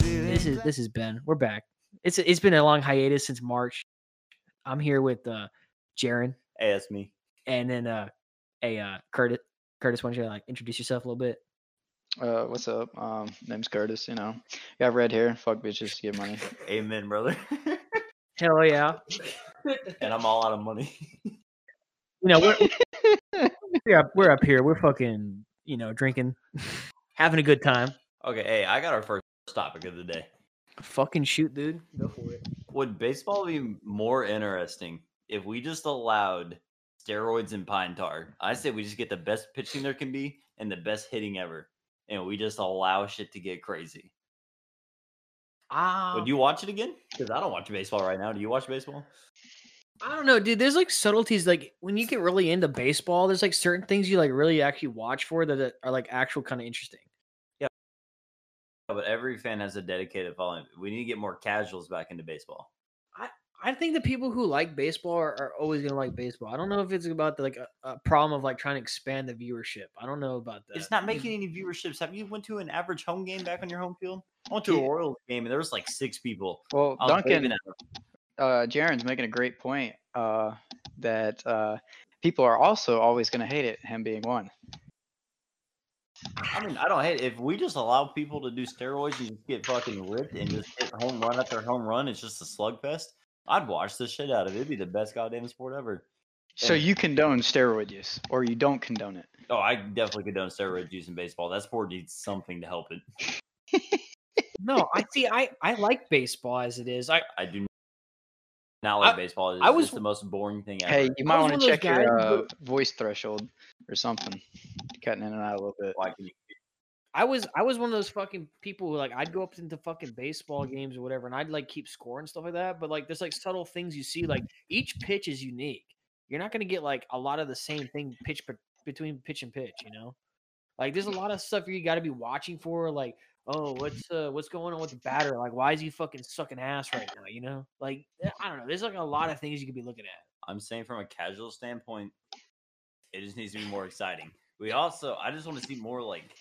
is this is Ben. We're back. It's it's been a long hiatus since March. I'm here with uh Jaron Hey, that's me. and then uh a uh Curtis Curtis, why don't you like introduce yourself a little bit? Uh, what's up? Um, name's Curtis. You know, got red hair. Fuck bitches to get money. Amen, brother. Hell yeah. and I'm all out of money. You know, we're we're up, we're up here. We're fucking, you know, drinking, having a good time. okay, hey, I got our first topic of the day. Fucking shoot, dude. Go for it. Would baseball be more interesting if we just allowed steroids and pine tar? I say we just get the best pitching there can be and the best hitting ever, and we just allow shit to get crazy. Ah, Would you watch it again? Because I don't watch baseball right now. Do you watch baseball? I don't know, dude. There's like subtleties. Like when you get really into baseball, there's like certain things you like really actually watch for that- that are like actual kind of interesting. Yeah, But every fan has a dedicated following. We need to get more casuals back into baseball. I think the people who like baseball are, are always gonna like baseball. I don't know if it's about the, like a, a problem of like trying to expand the viewership. I don't know about that. It's not making any viewerships. Have you went to an average home game back on your home field? I went to a Yeah. Royals game and there was like six people. Well, I was waving Duncan, at 'em. uh, Jaron's making a great point. Uh, that uh, people are also always gonna hate it. Him being one. I mean, I don't hate it. if we just allow people to do steroids and just get fucking ripped and just hit home run after home run. It's just a slugfest. I'd watch the shit out of it. It'd be the best goddamn sport ever. So Yeah. you condone steroid use, or you don't condone it. Oh, I definitely condone steroid use in baseball. That sport needs something to help it. no, I see. I I like baseball as it is. I I do not like I- baseball. It's I I was- was the most boring thing ever. Hey, you might was want one of to those check your guys uh, who- voice threshold or something. Cutting in and out a little bit. Why can you- I was I was one of those fucking people who like I'd go up into fucking baseball games or whatever, and I'd like keep score and stuff like that. But like there's like subtle things you see. Like each pitch is unique. You're not gonna get like a lot of the same thing pitch bet- between pitch and pitch. You know, like there's a lot of stuff you got to be watching for. Like oh what's uh, what's going on with the batter? Like why is he fucking sucking ass right now? You know, like eh, I don't know. There's like a lot of things you could be looking at. I'm saying from a casual standpoint, it just needs to be more exciting. We also, I just want to see more like,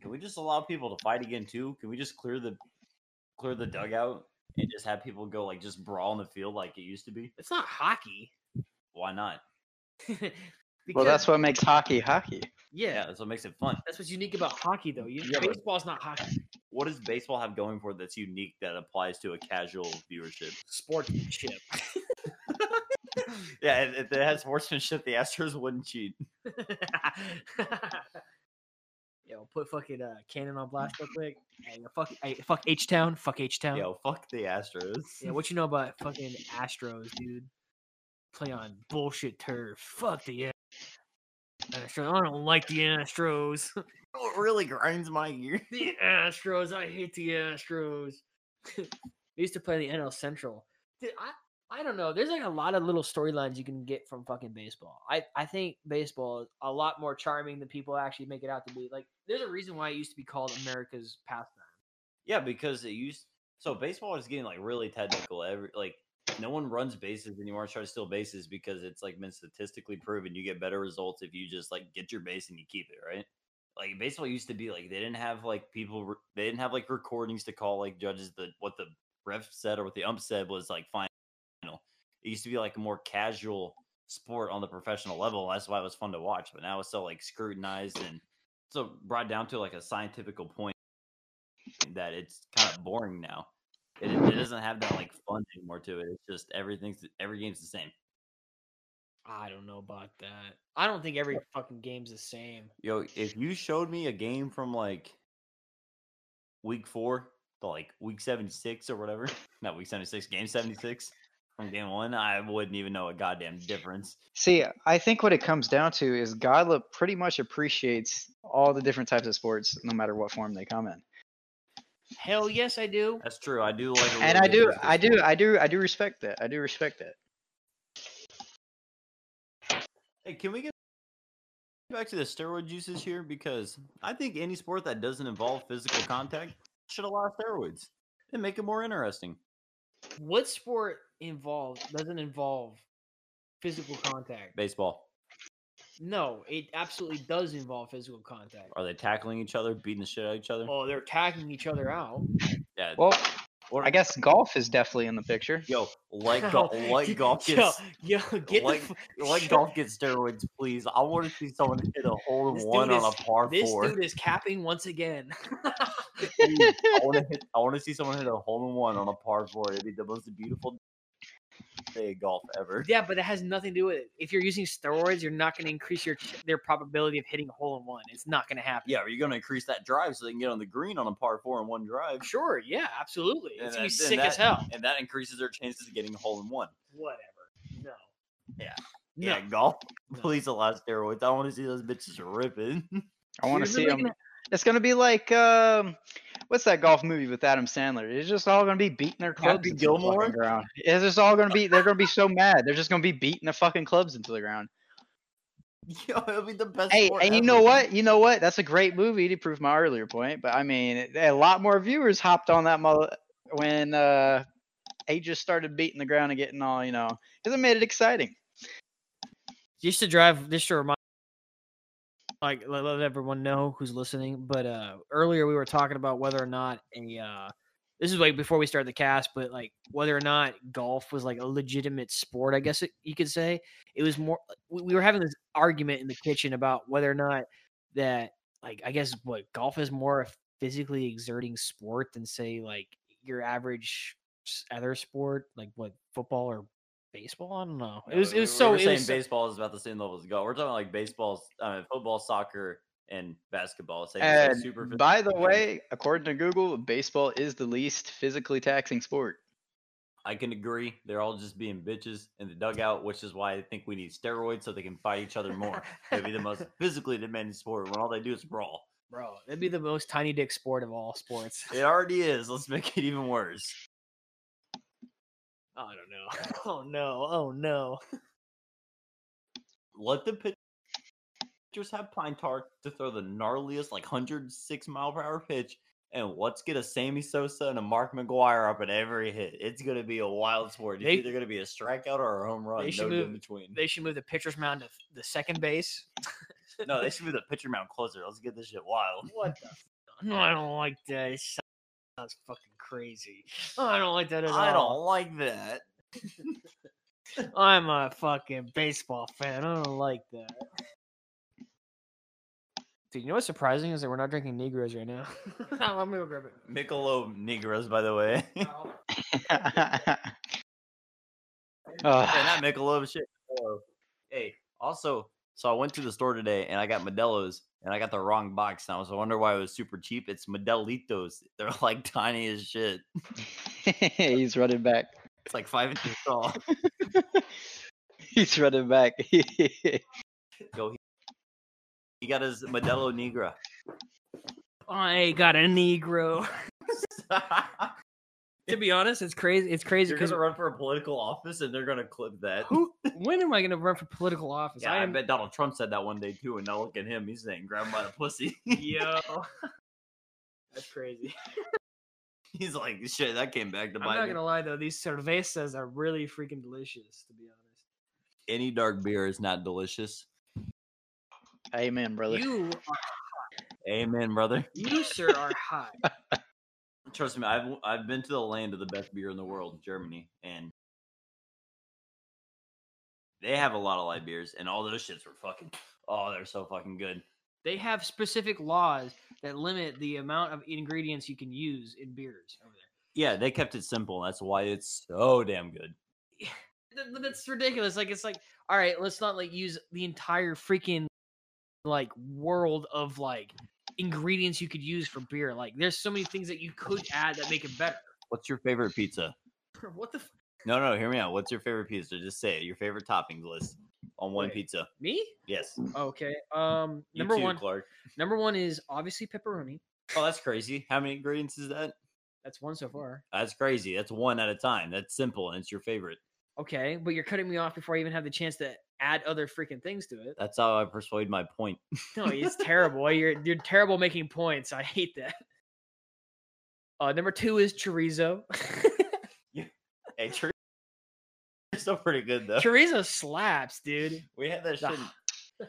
can we just allow people to fight again too? Can we just clear the clear the dugout and just have people go like just brawl in the field like it used to be? It's not hockey. Why not? Well, that's because- what makes hockey hockey. Yeah, yeah. that's what makes it fun. That's what's unique about hockey, though. You, Yeah, but- baseball's not hockey. What does baseball have going for it that's unique that applies to a casual viewership? sportsmanship. Yeah, if- if it had sportsmanship, the Astros wouldn't cheat. Yo, put fucking uh, cannon on blast real quick. Hey, yo, fuck, hey, fuck H Town. Fuck H Town. Yo, fuck the Astros. Yeah, what you know about fucking Astros, dude? Play on bullshit turf. Fuck the Astros. I don't like the Astros. You know what really grinds my gear? the Astros. I hate the Astros. they used to play in the NL Central. Dude, I I don't know. There's like a lot of little storylines you can get from fucking baseball. I I think baseball is a lot more charming than people actually make it out to be. Like there's a reason why it used to be called America's pastime. Yeah, because it used so baseball is getting like really technical. Every like no one runs bases anymore. Try to steal bases because it's like been statistically proven you get better results if you just like get your base and you keep it right. Like baseball used to be like they didn't have like people re- they didn't have like recordings to call like judges the what the ref said or what the ump said was like final. It used to be like a more casual sport on the professional level. That's why it was fun to watch. But now it's so like scrutinized and so brought down to like a scientifical point that it's kind of boring now. It, it doesn't have that like fun anymore to it. It's just everything's every game's the same. I don't know about that. I don't think every fucking game's the same. Yo, if you showed me a game from like week four to like week seventy six or whatever, not week seventy six, game seventy six from game one, I wouldn't even know a goddamn difference. See, I think what it comes down to is Godla pretty much appreciates all the different types of sports, no matter what form they come in. Hell yes, I do. That's true. I do like, a And little I do, difference I do, between- I do, I do respect that. I do respect that. Hey, can we get back to the steroid uses here? Because I think any sport that doesn't involve physical contact should allow steroids and make it more interesting. What sport involved doesn't involve physical contact? Baseball. No, it absolutely does involve physical contact. Are they tackling each other, beating the shit out of each other? Oh, they're tagging each other out. yeah, Well, I guess golf is definitely in the picture. Yo, like go- like golf yo, gets yo, get like, the, f- like golf gets steroids, please. I want to see someone hit a hole in This one dude on is- a par This four. dude is capping once again. Dude, I want to hit. I want to see someone hit a hole in one on a par four. It'd be the most beautiful day of golf ever. yeah, but it has nothing to do with it. If you're using steroids, you're not going to increase your ch- their probability of hitting a hole in one. It's not going to happen. Yeah, are you going to increase that drive so they can get on the green on a par four in one drive? Sure. Yeah, absolutely. And It's going to be that- and sick as that- hell. and that increases their chances of getting a hole in one. Whatever. No. Yeah. No. Yeah, golf. Please allow steroids. I want to see those bitches ripping. I want to You're see really him. gonna- It's gonna be like um, what's that golf movie with Adam Sandler? It's just all gonna be beating their clubs Happy into the Gilmore? fucking ground. It's just all gonna be. They're gonna be so mad. They're just gonna be beating the fucking clubs into the ground. Yo, it'll be the best. Hey, sport and you ever. know what? You know what? That's a great movie to prove my earlier point. But I mean, it- a lot more viewers hopped on that mother when uh, they just started beating the ground and getting all you know because it made it exciting. just to drive just to remind like let, let everyone know who's listening but uh earlier we were talking about whether or not a uh this is like before we started the cast but like whether or not golf was like a legitimate sport i guess it, you could say it was more we, we were having this argument in the kitchen about whether or not that like i guess what golf is more a physically exerting sport than say like your average s- other sport like what football or baseball i don't know it No, was it we- was we so We're it saying was so- baseball is about the same level as golf. We're talking like baseball, uh, football, soccer, and basketball. It's like, it's like And super. physical By the games. way, according to Google, baseball is the least physically taxing sport. I can agree. They're all just being bitches in the dugout, which is why I think we need steroids so they can fight each other more. It'd be the most physically demanding sport when all they do is brawl. Bro, that'd be the most tiny dick sport of all sports. It already is. Let's make it even worse. I don't know. Oh no. Oh no. Let the pitchers have pine tar to throw the gnarliest, like 106 mile per hour pitch, and let's get a Sammy Sosa and a Mark McGuire up at every hit. It's going to be a wild sport. It's They- either going to be a strikeout or a home run. they No should in move- between. They should move the pitcher's mound to the second base. no, they should be the pitcher mound closer. Let's get this shit wild. What the? f- Hmm. No, I don't like that. It sounds- sounds fucking crazy. I don't like that at I all. don't like that. I'm a fucking baseball fan. I don't like that. Dude, you know what's surprising is that we're not drinking Negroes right now. I'm gonna go grab it. Michelob Negroes, by the way. yeah, Oh, Ugh. not Michelob shit. Modelo. Hey, also, so I went to the store today and I got Modelo's and I got the wrong box. And I was wondering why it was super cheap. It's Modelitos. They're like tiny as shit. He's running back. It's like five inches tall. He's running back. Yo, he, he got his Modelo Negra. I got a Negro. to be honest, it's crazy. It's crazy You're because gonna run for a political office and they're gonna clip that. Who? When am I going to run for political office? Yeah, I I, am. bet Donald Trump said that one day too, and now look at him. He's saying, "Grab him by the pussy." yo, that's crazy. He's like, "Shit, that came back to I'm not bite me." gonna lie though; these cervezas are really freaking delicious. To be honest, Any dark beer is not delicious. Amen, brother. you, Amen, brother. you sir, are high. Trust me, I've I've been to the land of the best beer in the world, Germany, and they have a lot of light beers, and all those shits were fucking. Oh, they're so fucking good. They have specific laws that limit the amount of ingredients you can use in beers over there. Yeah, they kept it simple. That's why it's so damn good. Th- th- That's ridiculous. Like it's like, all right, let's not like use the entire freaking like world of like ingredients you could use for beer. Like there's so many things that you could add that make it better. What's your favorite pizza? what the f- No, no, hear me out. What's your favorite pizza? Just say it. Your favorite toppings list on one Wait. pizza. me? Yes. Okay. Um, You number too, one, Clark. number one is obviously pepperoni. Oh, that's crazy. How many ingredients is that? That's one so far. That's crazy. That's one at a time. That's simple, and it's your favorite. Okay, but you're cutting me off before I even have the chance to add other freaking things to it. That's how I persuade my point. No, it's terrible. You're you're terrible making points. I hate that. Uh, number two is chorizo. Hey, chur- you're still pretty good though. chorizo slaps, dude. We had that The, shit. ah.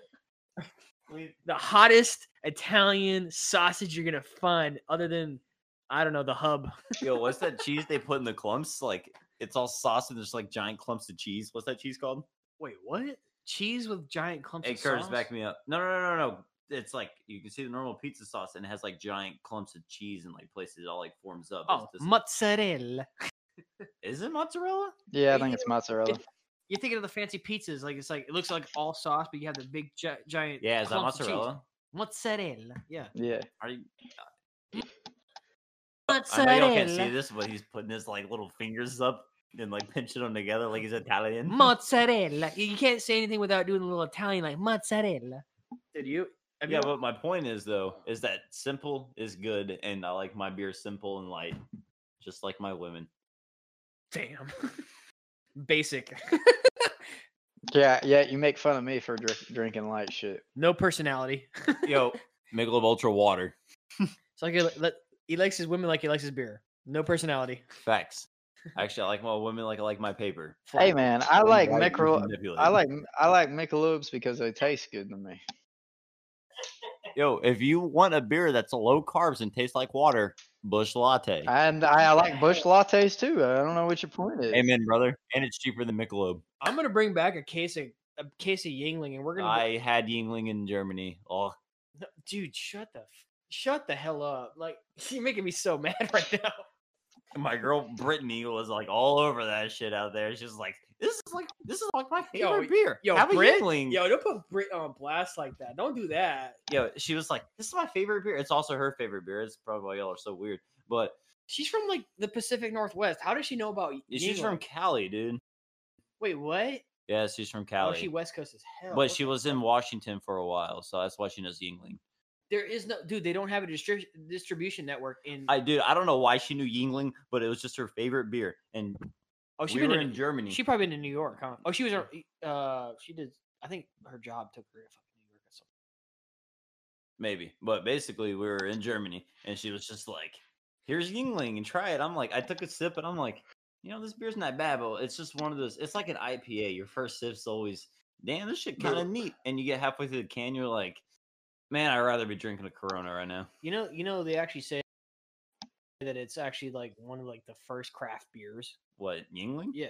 in- we the hottest Italian sausage you're gonna find, other than I don't know the hub. Yo, what's that cheese they put in the clumps? Like it's all sauce and there's like giant clumps of cheese. What's that cheese called? Wait, what? Cheese with giant clumps. Hey, of Curtis, sauce? back me up. No, no, no, no, no. It's like you can see the normal pizza sauce and it has like giant clumps of cheese and like places it all like forms up. It's Oh, just- mozzarella. is it mozzarella? Yeah, I You think know, it's mozzarella. You're thinking of the fancy pizzas, like it's like it looks like all sauce, but you have the big gi- giant. Yeah, is that clumps of cheese. mozzarella? Mozzarella. Yeah. Yeah. Are you? I know y'all can't see this, but he's putting his like little fingers up and like pinching them together like he's Italian. mozzarella. You you can't say anything without doing a little Italian, like mozzarella. Did you? have yeah, you- but my point is though is that simple is good, and I like my beer simple and light, just like my women. damn. Basic. Yeah, yeah, you make fun of me for drink, drinking light shit. no personality. Yo, Michelob Ultra water. So like, he li- let- he likes his women like he likes his beer. No personality. Facts. Actually, I like my women like I like my paper. Hey man, I like Right, you can Michelob. manipulate I it. like I like Michelob's because they taste good to me. Yo, if you want a beer that's low carbs and tastes like water, Bush Latte. And I, I like Bush lattes too. I don't know what your point is. Amen, brother. And it's cheaper than Michelob. I'm gonna bring back a case of a case of Yingling, and we're gonna. I had Yingling in Germany. Oh, No, dude, shut the f- shut the hell up! Like you're making me so mad right now. my girl Brittany was like all over that shit out there. She's like, "This is like this is like my Yo, favorite beer." yo, Have a Brit- Yingling. Yo, don't put Brit on blast like that. Don't do that. Yo, she was like, "This is my favorite beer." It's also her favorite beer. It's probably why y'all are so weird. But She's from like the Pacific Northwest. How does she know about? she's from Yingling? Cali, dude. Wait, what? Yeah, she's from Oh, Cali. she West Coast as hell. but What she the was in Washington for a while, so that's why she knows Yingling. There is no dude. They don't have a distrib- distribution network in. I dude, I don't know why she knew Yingling, but it was just her favorite beer. And oh, she we were been in, Germany. She probably been to New York, huh? Oh, she was. a- Uh, she did. I think her job took her to fucking New York or something. maybe. But basically, we were in Germany, and she was just like, "Here's Yingling, and try it." I'm like, I took a sip, and I'm like, you know, this beer's not bad, but it's just one of those. It's like an IPA. Your first sip's always, damn, this shit kind Yeah. of neat. And you get halfway through the can, you're like, man, I'd rather be drinking a Corona right now. You know, you know, they actually say that it's actually like one of like the first craft beers. What Yingling? Yeah,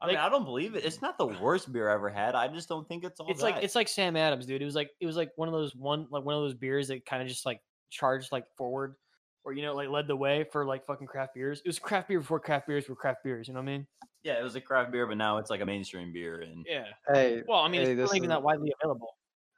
I like- mean, I don't believe it. It's not the worst beer I ever had. I just don't think it's all. it's like that. it's like Sam Adams, dude. It was like it was like one of those one like one of those beers that kind of just like charged like forward, or you know, like led the way for like fucking craft beers. It was craft beer before craft beers were craft beers. You know what I mean? yeah, it was a craft beer, but now it's like a mainstream beer, and Yeah. Hey, Well, I mean, Hey, it's this not even is- that widely available.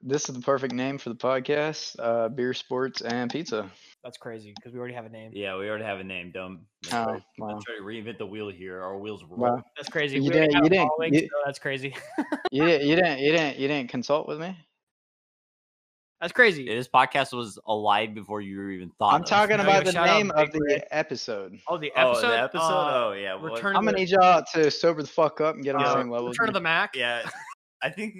this is the perfect name for the podcast: uh, beer, sports, and pizza. That's crazy because we already have a name. yeah, we already have a name. Dumb. Oh, wow. Let's try to reinvent the wheel here. Our wheels roll. Wow. That's crazy. You we already didn't- have you a didn't- following, you- so that's crazy. You didn't, you didn't, you didn't, you didn't consult with me. That's crazy. Yeah, This podcast was alive before you were even thought. I'm of. talking no, about yo, the shout out name of Big the Red. episode. Oh, the Oh, episode. the episode. uh, oh yeah, well, Return. I'm of gonna need the- y'all to sober the fuck up and get on Yo, the same level. as Return of me. the Mac. yeah. I think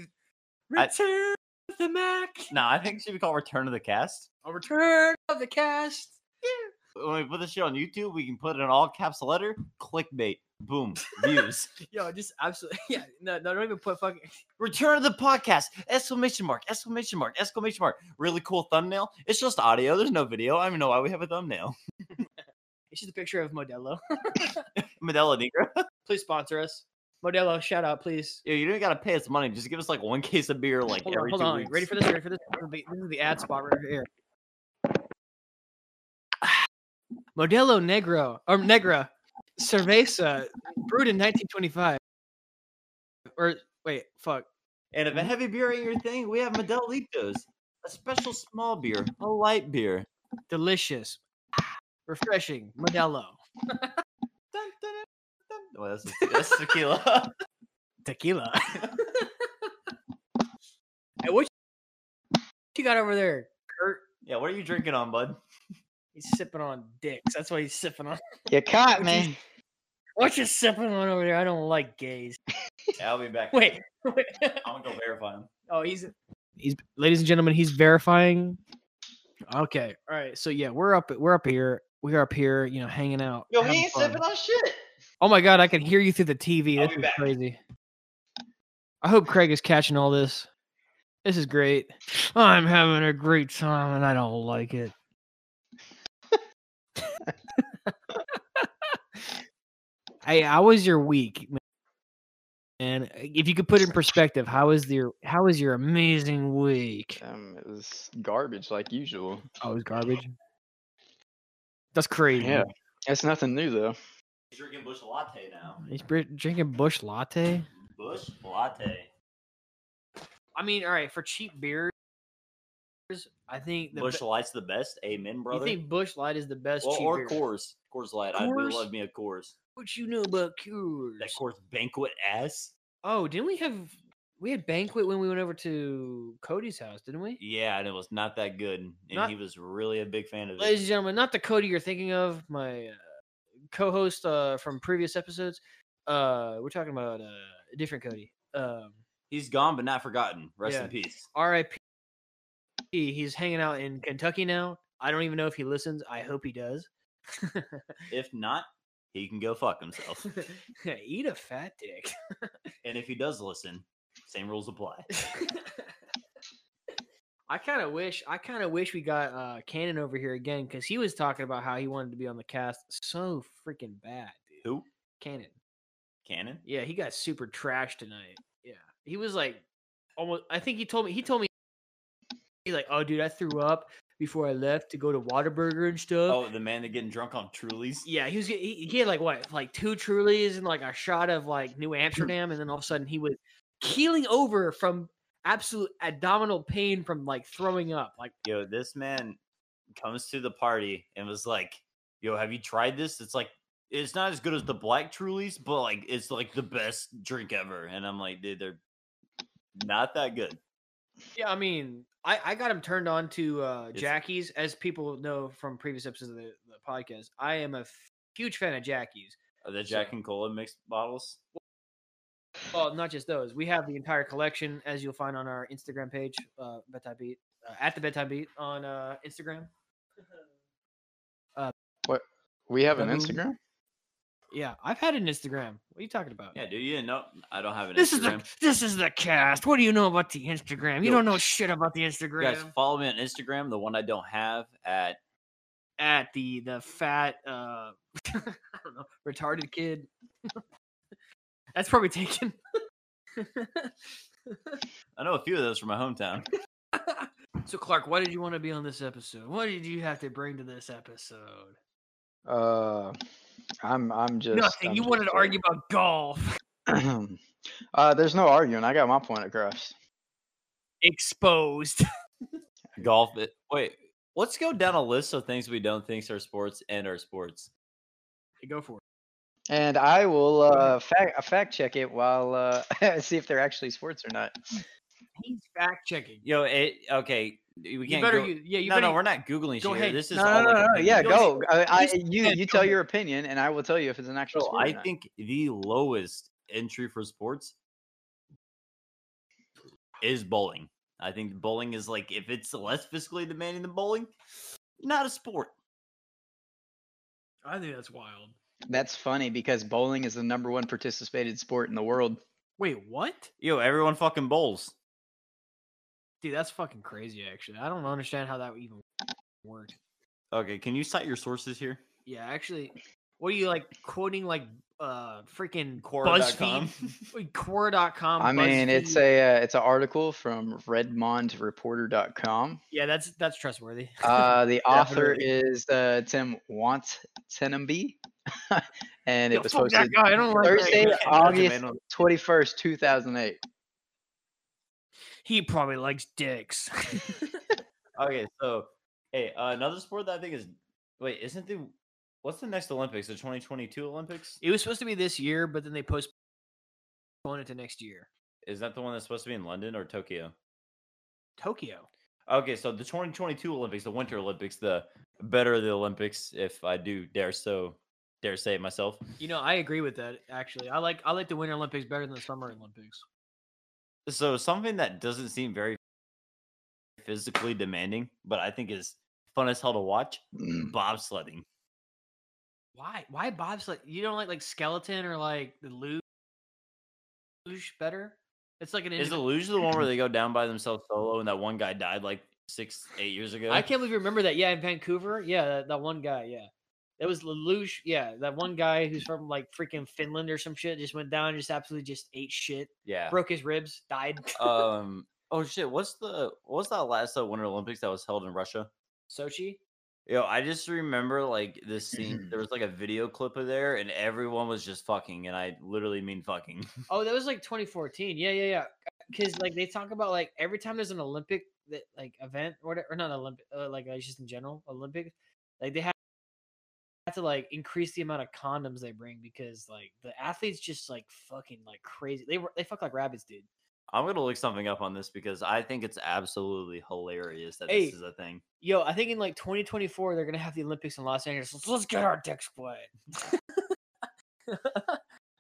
I- Return of the Mac. no, I think it should be called Return of the Cast. A return of the cast. When we put this shit on YouTube, we can put it in all caps letter, clickbait, boom, views. Yo, just absolutely. Yeah, no, no, don't even put fucking. Return of the podcast! Exclamation mark! Exclamation mark! Exclamation mark! Really cool thumbnail. It's just audio. There's no video. I don't even know why we have a thumbnail. It's just a picture of Modelo. Medella Negra. please sponsor us. Modelo, shout out, please. Yo, you don't gotta pay us money. Just give us like one case of beer, like Hold on, every hold two on. weeks. Ready for this? Ready for this? This is the- This is the ad spot right here. Modelo Negro or Negra Cerveza, brewed in 1925. Or wait, fuck. And Mm. if a heavy beer ain't your thing, we have Modelitos, a special small beer, a light beer. Delicious, refreshing. Modelo Dun, dun, dun, dun. Well, that's, that's tequila. tequila. hey, what you got over there, Kurt? yeah, what are you drinking on, bud? He's sipping on dicks. That's why he's sipping on. You caught Which is- me. What you sipping on over there? I don't like gays. Yeah, I'll be back. Wait, wait. I'm gonna go verify him. Oh, he's he's ladies and gentlemen, he's verifying. Okay. All right. So yeah, we're up we're up here. We're up here, you know, hanging out. having fun. on shit. Oh my god, I can hear you through the TV. I'll This be is back. crazy. I hope Craig is catching all this. This is great. I'm having a great time and I don't like it. Hey, how was your week, man? And if you could put it in perspective, how is your how is your amazing week? Um, it was garbage like usual. Oh, it was garbage. That's crazy. Yeah, that's nothing new though. He's drinking Bush Latte now. He's br- drinking Bush Latte. Bush Latte. I mean, all right, for cheap beers, I think the Bush be- Light's the best. Amen, you brother. think Bush Light is the best well, cheap or beer. Coors. Coors Light. I do Coors? love me a Coors. What you know about Coors? That Coors Banquet ass. Oh, didn't we have we had banquet when we went over to Cody's house, didn't we? Yeah, and it was not that good. And Not- he was really a big fan of Ladies and it. gentlemen, not the Cody you're thinking of, my uh, co-host uh, from previous episodes. Uh, we're talking about uh, a different Cody. Um, He's gone, but not forgotten. Rest Yeah. in peace. R.I.P. He's hanging out in Kentucky now. I don't even know if he listens. I hope he does. If not, he can go fuck himself. Eat a fat dick. and if he does listen, same rules apply. I kind of wish I kind of wish we got uh Cannon over here again because he was talking about how he wanted to be on the cast so freaking bad, dude. Who? Cannon. Cannon? Yeah, he got super trashed tonight. Yeah, he was like almost. I think he told me he told me he's like, oh dude, I threw up before I left to go to Waterburger and stuff. Oh, the man that getting drunk on Trulies. Yeah, he was. get- He, he had like what, like two Trulies and like a shot of like New Amsterdam, and then all of a sudden he was keeling over from absolute abdominal pain from like throwing up. Like, yo, this man comes to the party and was like, yo, have you tried this? It's like, it's not as good as the black Trulies, but like, it's like the best drink ever. And I'm like, dude, they're not that good. yeah, I mean, I I got him turned on to uh It's- Jackie's, as people know from previous episodes of the, the podcast. I am a f- huge fan of Jackie's. Are the So- Jack and Cola mixed bottles? Well, not just those. We have the entire collection, as you'll find on our Instagram page, uh, bedtime beat uh, at the bedtime beat on uh Instagram. We have an Hello. Instagram. Yeah, I've had an Instagram. What are you talking about? Yeah, dude, you didn't know. I don't have an This Instagram. is the this is the cast. What do you know about the Instagram? You Yo, don't know shit about the You Instagram. guys, follow me on Instagram, the one I don't have at At the the fat uh I don't know, retarded kid. That's probably taken. I know a few of those from my hometown. so Clark, why did you want to be on this episode? What did you have to bring to this episode? Uh, I'm I'm just Nothing. I'm you just wanted to argue about golf. there. uh, there's no arguing. I got my point across. Exposed. Golf. It, wait, let's go down a list of things we don't think are sports and are sports. Go for it. And I will uh, fact fact check it while uh, see if they're actually sports or not. He's fact checking. Yo, it eh, okay. We You can't better go- use, yeah, you no, better no, we're not googling Go shit. here. ahead. This is No, all no, no, like no, opinion. yeah, Yo, go. I, I, just- you yeah, you go tell ahead. your opinion, and I will tell you if it's an actual So sport. or I not. think the lowest entry for sports is bowling. I think bowling is like if it's less fiscally demanding than bowling, not a sport. I think that's wild. that's funny because bowling is the number one participated sport in the world. Wait, what? Yo, everyone fucking bowls. Dude, that's fucking crazy. Actually, I don't understand how that even worked. Okay, can you cite your sources here? Yeah, actually, what are you like quoting like uh freaking Quora.com? BuzzFeed, Quora.com? I mean, it's BuzzFeed? a uh, it's an article from RedmondReporter.com. yeah, that's that's trustworthy. Uh, the author Definitely. is uh, Tim Want Tenenby, and it Yo, was Oh, fuck that posted guy. I don't like that Thursday, guy. August man on- twenty first, two thousand eight. He probably likes dicks. Okay, so hey, uh, another sport that I think is wait, isn't the what's the next Olympics? The 2022 Olympics? it was supposed to be this year, but then they postponed it to next year. Is that the one that's supposed to be in London or Tokyo? Tokyo. Okay, so the 2022 Olympics, the Winter Olympics, the better of the Olympics, if I do dare so dare say it myself. You know, I agree with that. Actually, I like I like the Winter Olympics better than the Summer Olympics. So something that doesn't seem very physically demanding, but I think is fun as hell to watch: Mm. bobsledding. Why? Why bobsled? You don't like like skeleton or like the luge better? It's like an. Is individ- Illusion the one where they go down by themselves solo, and that one guy died like six, eight years ago? I can't believe you remember that. Yeah, in Vancouver. Yeah, that, that one guy. Yeah. That was Lelouch. Yeah, that one guy who's from like freaking Finland or some shit just went down, just absolutely just ate shit, Yeah. broke his ribs, died. um. Oh shit. What's the what's that last uh, Winter Olympics that was held in Russia? Sochi. Yo, I just remember like this scene. Mm-hmm. There was like a video clip of there, and everyone was just fucking, and I literally mean fucking. Oh, that was like 2014. Yeah, yeah, yeah. Because like they talk about like every time there's an Olympic that like event or whatever, or not Olympic, uh, like uh, just in general Olympics, like they have to like increase the amount of condoms they bring because like the athletes just like fucking like crazy. They were they fuck like rabbits, dude. I'm gonna look something up on this because I think it's absolutely hilarious that Hey. this is a thing. Yo, I think in like 2024 they're gonna have the Olympics in Los Angeles. Let's, let's get our dicks wet.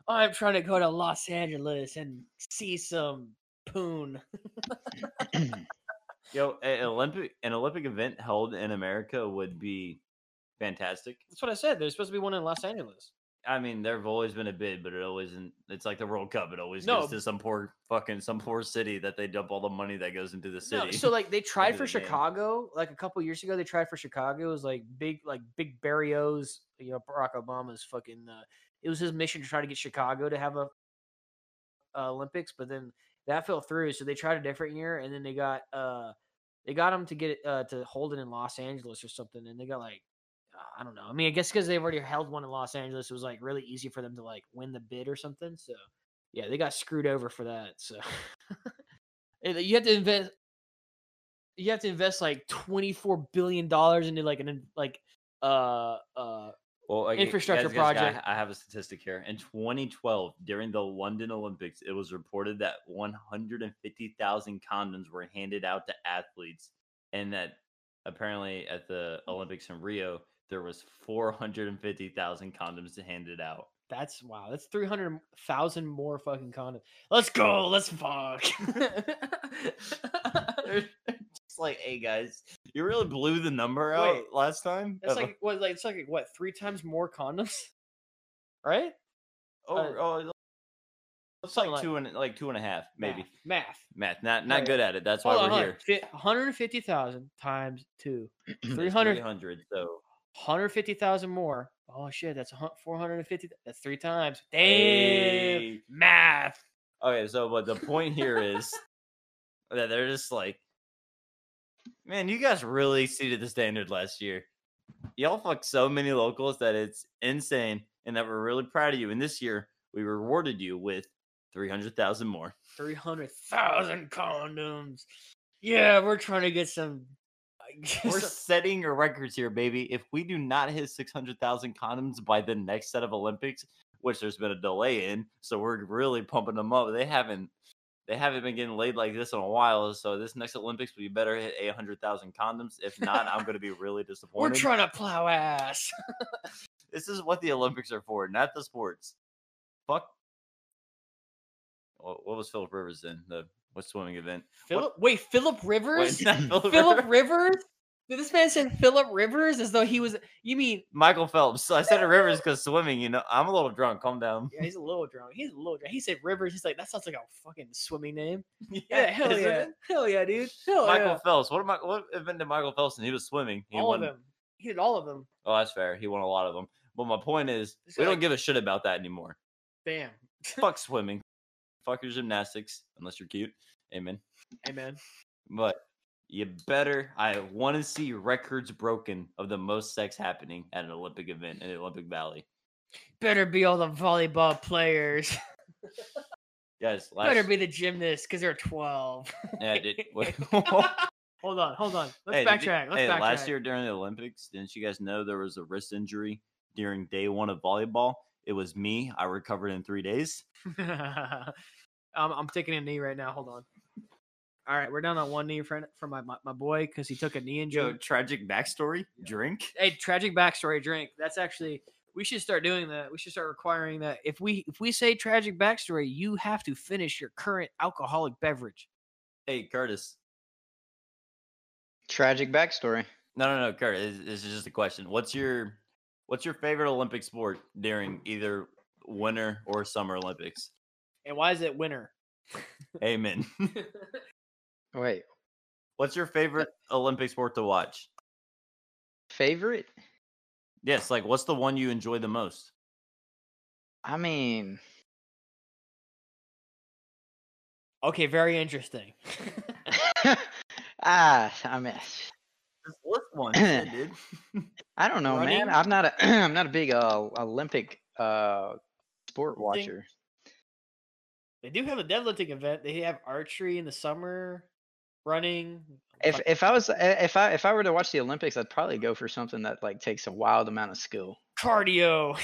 I'm trying to go to Los Angeles and see some poon. Yo, a- an Olympic an Olympic event held in America would be fantastic. That's what I said. There's supposed to be one in Los Angeles. I mean, there've always been a bid, but it always isn't. It's like the World Cup; it always No. goes to some poor fucking some poor city that they dump all the money that goes into the city. No, so like they tried do for the name. Chicago, like a couple years ago, they tried for Chicago. It was like big, like big Barrios, you know, Barack Obama's fucking. Uh, it was his mission to try to get Chicago to have a uh, Olympics, but then that fell through. So they tried a different year, and then they got uh, they got them to get it uh, to hold it in Los Angeles or something, and they got like. uh, I don't know. I mean, I guess because they've already held one in Los Angeles, it was like really easy for them to like win the bid or something. So, yeah, they got screwed over for that. So, And uh, you have to invest you have to invest like 24 billion dollars into like an in- like uh uh Well, okay, infrastructure guys, guys, guys, project. I I have a statistic here. In 2012, during the London Olympics, it was reported that 150,000 condoms were handed out to athletes, and that apparently at the Olympics in Rio, there was 450,000 condoms handed out. that's wow that's 300,000 more fucking condoms let's go let's fuck It's like, hey guys, you really blew the number Wait, out last time. that's like what like it's like what three times more condoms right oh, uh, oh, it's something like two and like two and a half, maybe. math, Math, not yeah. not good at it. That's why we're here. here 150,000 times 2 It's 300 300 so 150,000 more oh shit that's a hun- 450 that's three times damn Hey. math okay so but the point here is that they're just like man you guys really exceeded the standard last year y'all fucked so many locals that it's insane and that we're really proud of you and this year we rewarded you with 300000 more 300,000 condoms. Yeah, we're trying to get some. we're setting your records here baby if we do not hit 600000 condoms by the next set of olympics which there's been a delay in so we're really pumping them up they haven't they haven't been getting laid like this in a while so this next olympics we better hit 800000 condoms if not i'm going to be really we're disappointed trying to plow ass. this is what the olympics are for not the sports fuck Wha- what was philip rivers in the what swimming event Philip, wait, Philip Rivers? Wait, not Philip Philip Rivers. Rivers? Did this man said Philip Rivers as though he was? You mean? michael phelps i said rivers because swimming you know i'm a little drunk calm down Yeah, he's a little drunk. He's a little drunk. He said Rivers. He's like that sounds like a fucking swimming name. Yeah, hell isn't yeah, it? hell yeah, dude. Hell Michael yeah. Phelps. What am I, what event did Michael Phelps and he was swimming? He all won. of them. He did all of them. Oh, that's fair. He won a lot of them. But my point is, This we guy- don't give a shit about that anymore. Bam. Fuck swimming. Fuck your gymnastics, unless you're cute. Amen. Hey man, But you better. I want to see records broken of the most sex happening at an Olympic event in the Olympic Valley. better be all the volleyball players. Guys, last, Better be the gymnasts because they're twelve. yeah, did- wait, Hold on, hold on. Let's Hey, did you- backtrack. Let's hey, backtrack. last year during the Olympics, didn't you guys know there was a wrist injury during day one of volleyball? It was me. I recovered in three days. I'm, I'm taking a knee right now. Hold on. All right, we're down on one knee for, for my, my, my boy because he took a knee Yo, injury. tragic backstory. Drink. Hey, tragic backstory drink. That's actually we should start doing that. We should start requiring that. If we if we say tragic backstory, you have to finish your current alcoholic beverage. Hey, Curtis. Tragic backstory. No, no, no, Curtis. This is just a question. What's your What's your favorite Olympic sport during either winter or summer Olympics? And why is it winter? Amen. Wait, What's your favorite Olympic sport to watch? favorite? Yes, like what's the one you enjoy the most? I mean, Okay, very interesting. ah, I mean, Just list one, shit, dude. I don't know, man. Running? I'm not a I'm not a big uh, Olympic uh sport watcher. They do have a deadlifting event. They have archery in the summer, running. If if I was if I if I were to watch the Olympics, I'd probably go for something that like takes a wild amount of skill. cardio,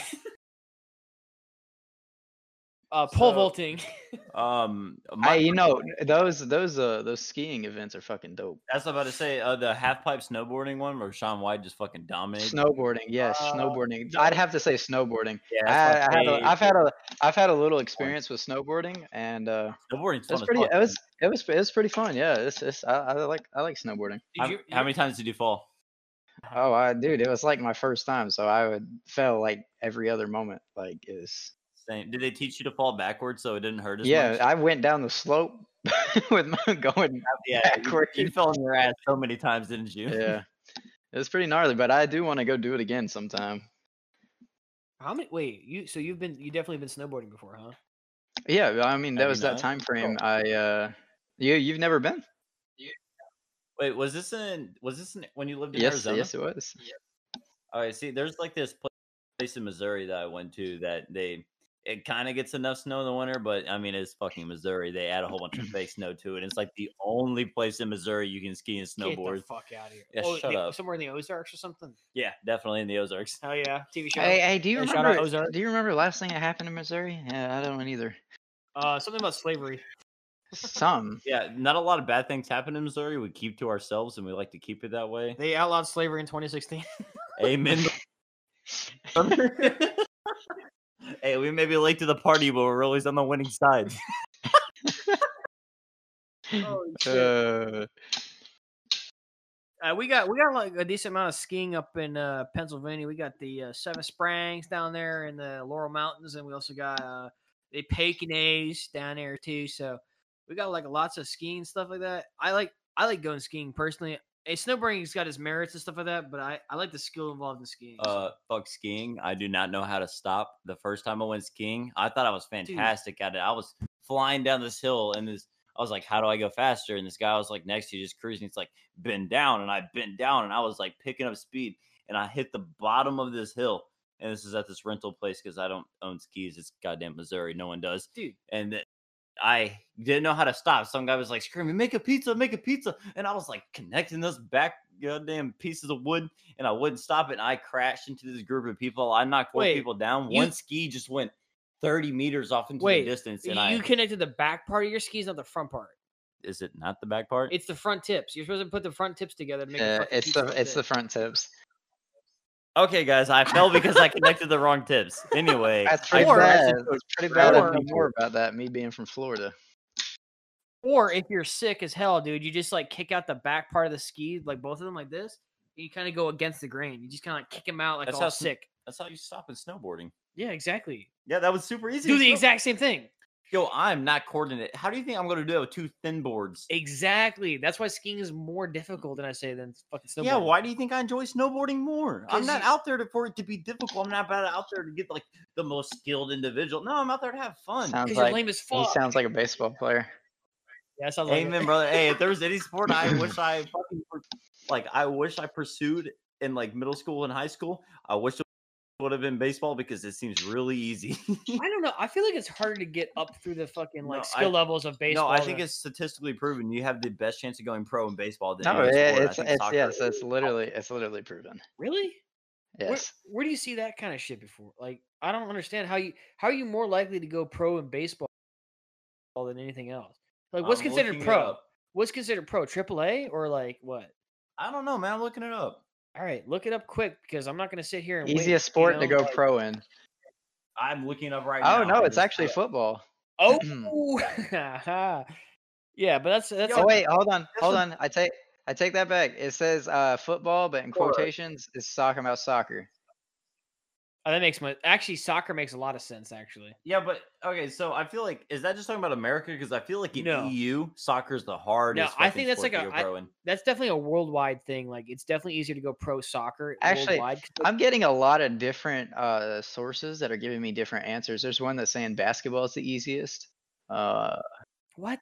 uh, pole So- vaulting. Um, I, my- you know those those uh those skiing events are fucking dope. that's what I was about to say uh, the half pipe snowboarding one where Sean White just fucking dominated. Snowboarding, yes, Uh, snowboarding. no. I'd have to say snowboarding. I, yeah, that's I my had a, I've had favorite. a I've had a little experience with snowboarding, and uh, snowboarding's it fun. was as pretty. fuck, It man. was it was it was pretty fun. Yeah, it's, it's I, I like I like snowboarding. Did How, you- how many times did you fall? Uh-huh. Oh, I dude, it was like my first time, so I would fell like every other moment. Like is Same. Did they teach you to fall backwards so it didn't hurt as yeah, much? I went down the slope with my going. yeah, backwards. You, you fell on your ass so many times, didn't you? Yeah, it was pretty gnarly, but I do want to go do it again sometime. How many? Wait, you. So you've been. You definitely been snowboarding before, huh? Yeah, I mean Have that you was that not? time frame. I uh, you you've never been? Wait, was this in? Was this in, when you lived in Yes, Arizona? yes, it was. All right. See, there's like this pla- place in Missouri that I went to that they it kind of gets enough snow in the winter, but I mean it's fucking Missouri. They add a whole bunch of fake snow to it. It's like the only place in Missouri you can ski and Get the snowboard. fuck out of here. Yeah, shut the- up. Somewhere in the Ozarks or something. Yeah, definitely in the Ozarks. Hell yeah, TV show. Hey, hey, do you Hey, shout out remember? Ozark. Do you remember last thing that happened in Missouri? Yeah, I don't either. Uh, something about slavery. Some. Yeah, not a lot of bad things happen in Missouri. We keep to ourselves, and we like to keep it that way. They outlawed slavery in 2016. Amen. brother. hey, we may be late to the party, but we're always on the winning side. Holy shit. Uh, Uh, we got we got like a decent amount of skiing up in uh, Pennsylvania. We got the uh, Seven Springs down there in the Laurel Mountains, and we also got uh, the Pekinese down there too. So we got like lots of skiing stuff like that. I like I like going skiing personally. Hey, snowboarding's got its merits and stuff like that, but I, I like the skill involved in skiing. so- Uh, fuck skiing. I do not know how to stop. The first time I went skiing, I thought I was fantastic at it. I was flying down this hill, and this I was like, "How do I go faster?" And this guy was like next to you, just cruising. It's like bend down, and I bent down, and I was like picking up speed, and I hit the bottom of this hill. And this is at this rental place because I don't own skis. It's goddamn Missouri. No one does. dude, and th- I didn't know how to stop. Some guy was like screaming, "Make a pizza, make a pizza!" And I was like connecting those back goddamn pieces of wood, and I wouldn't stop it. And I crashed into this group of people. I knocked four Wait, people down. you- One ski just went thirty meters off into Wait, the distance, you and I connected the back part of your skis, not the front part. is it not the back part? It's the front tips. You're supposed to put the front tips together to make. a yeah, fucking uh, it's pizza the with it's it. the front tips. okay, guys, I fell because I connected the wrong tips. Anyway, That's I pretty crashed bad. into a That's pretty bad. I crowd of know more people. about that. Me being from Florida. Or if you're sick as hell, dude, you just like kick out the back part of the ski, like both of them, like this. And you kind of go against the grain. You just kind of like kick them out, like That's all how sn- sick. That's how you stop in snowboarding. Yeah, exactly. Yeah, that was super easy. Do in the snow- exact same thing. Yo, I'm not coordinate. How do you think I'm going to do that with two thin boards? Exactly. That's why skiing is more difficult than I say than fucking snowboarding. Yeah, why do you think I enjoy snowboarding more? I'm 'Cause not you- out there to, for it to be difficult. I'm not about out there to get like the most skilled individual. No, I'm out there to have fun. Sounds Because like you're lame as he fuck. sounds like a baseball player. yeah, that sounds like it. Amen, brother. Hey, if there was any sport I wish I fucking pur- like, I wish I pursued in like middle school and high school. I wish it would have been baseball because it seems really easy. I don't know. I feel like it's harder to get up through the fucking like No, I- skill levels of no, baseball. I think than- it's statistically proven you have the best chance of going pro in baseball. Than No, any yeah, sport. I it's think it's soccer- yes, it's literally it's literally proven. really. Where, Yes. where do you see that kind of shit before? Like, I don't understand how you how are you more likely to go pro in baseball than anything else? Like, what's I'm considered looking it pro? up. What's considered pro? AAA or like what? I don't know, man. I'm looking it up. All right, look it up quick because I'm not going to sit here and wait, Easiest you sport to know, go like- pro in. I'm looking it up right now. Oh no, I it's just- actually football. Oh, yeah, but that's that's Oh wait, hold on, hold a- on. I take I take that back. It says uh, football, but in Alright. quotations, it's talking about soccer. Oh, that makes my actually soccer makes a lot of sense. Actually, Yeah, but okay, so I feel like is that just talking about America? Because I feel like in No. EU, soccer's the hardest. I fucking think that's sport like to a- go I- pro in. that's definitely a worldwide thing. Like, it's definitely easier to go pro soccer Actually, worldwide. 'cause, like, I'm getting a lot of different uh, sources that are giving me different answers. There's one that's saying basketball is the easiest. Uh, what?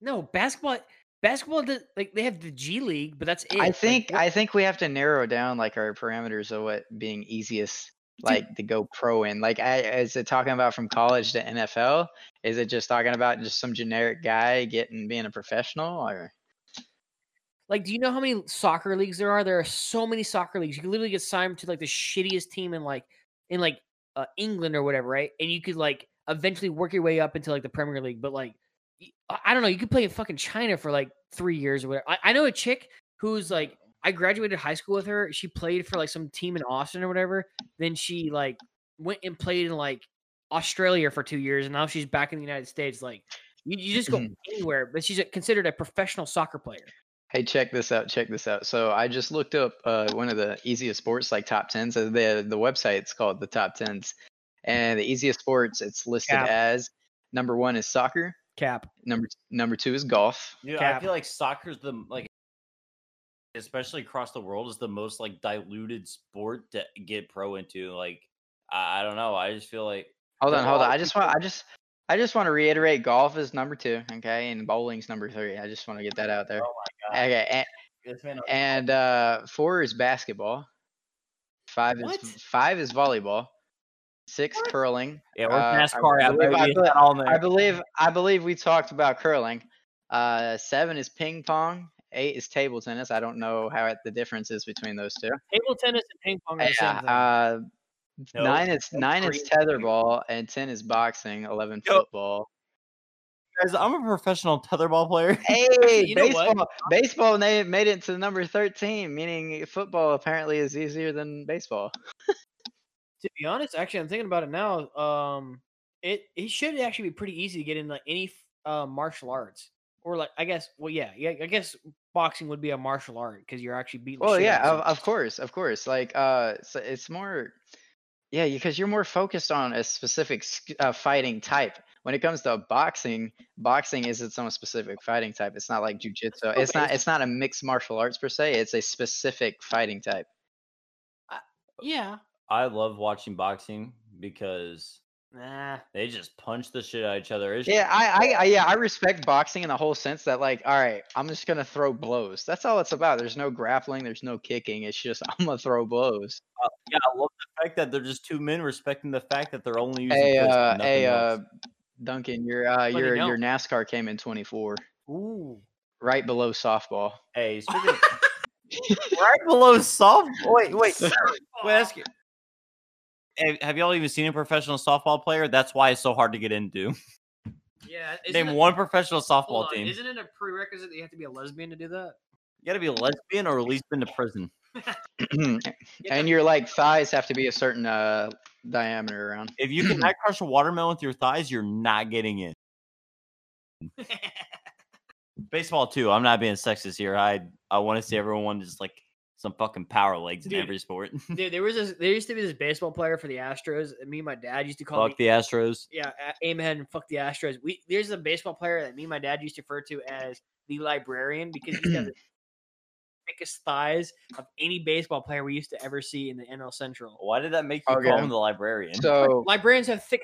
No basketball. Basketball, does- like they have the G League, but that's it. I Like, think what- I think we have to narrow down like our parameters of what being easiest like to go pro in. Like I, is it talking about from college to NFL? Is it just talking about just some generic guy getting being a professional or Like, do you know how many soccer leagues there are? There are so many soccer leagues. You could literally get signed to like the shittiest team in like in like uh, England or whatever, right? And you could like eventually work your way up into like the Premier League. But like, y- I I don't know, you could play in fucking China for like three years or whatever. I, I know a chick who's like, I graduated high school with her. She played for like some team in Austin or whatever. Then she like went and played in like Australia for two years, and now she's back in the United States. Like, you, you just go Mhm. anywhere, but she's a, considered a professional soccer player. hey, check this out, check this out. So I just looked up uh, one of the easiest sports like top tens. So the the website's called the top tens. And the easiest sports it's listed Yeah. as number one is soccer, Cap. number number two is golf. Dude, I Cap. feel like soccer's the m- like, especially across the world, is the most like diluted sport to get pro into. Like, I, I don't know. I just feel like Hold There on, are a hold lot on. of I just want, I just, I just want to reiterate, golf is number two, okay, and bowling's number three. I just want to get that out there. Oh my god, Okay, and, this man. and uh, four is basketball. Five is What? five is volleyball. Six curling. Yeah, we're uh, I NASCAR out, believe- I baby. It's believe- all in I there. believe, I believe we talked about curling. Uh, seven is ping pong. Eight is table tennis. I don't know how the difference is between those two. Table tennis and ping pong are the Yeah, same thing. uh, No, nine is no nine is green. tetherball, and ten is boxing. Eleven Yo. football. Guys, I'm a professional tetherball player. Hey, You know what? baseball! Baseball made, made it to number thirteen, meaning football apparently is easier than baseball. to be honest, actually, I'm thinking about it now. Um, it it should actually be pretty easy to get into any uh, martial arts, or like I guess, well, yeah, yeah, I guess boxing would be a martial art because you're actually beating. the Well, shit yeah, out of, someone. of course, of course. Like, uh, so it's more, yeah, because you're more focused on a specific sk- uh, fighting type. When it comes to boxing, boxing is its own specific fighting type. It's not like jujitsu. It's not. It's not a mixed martial arts per se. It's a specific fighting type. yeah. I love watching boxing because Nah, they just punch the shit out of each other. It's Yeah, I, I, I, yeah, I respect boxing in the whole sense that, like, all right, I'm just gonna throw blows. That's all it's about. There's no grappling. There's no kicking. It's just I'm gonna throw blows. Yeah, I love the fact that they're just two men respecting the fact that they're only using Hey, fists and uh, nothing hey, uh, else. Duncan, your, uh, me your, your know. NASCAR came in 24, ooh, right below softball. hey, speaking of- right below soft. Wait, wait, So- wait. Ask you. Hey, Have y'all even seen a professional softball player? That's why it's so hard to get into. yeah. Name one professional softball team. Isn't it a prerequisite that you have to be a lesbian to do that? you got to be a lesbian or at least been to prison. and your like thighs have to be a certain uh diameter around. If you cannot crush a watermelon with your thighs, you're not getting in. Baseball too. I'm not being sexist here. I I want to see everyone just like some fucking power legs in Dude, every sport. Dude, there was this, there used to be this baseball player for the Astros. And me and my dad used to call him Fuck the Astros. yeah, a- amen. Fuck the Astros. We there's a baseball player that me and my dad used to refer to as the librarian because he has the thickest thighs of any baseball player we used to ever see in the NL Central. Why did that make you Okay. call him the librarian? So, Librarians have thick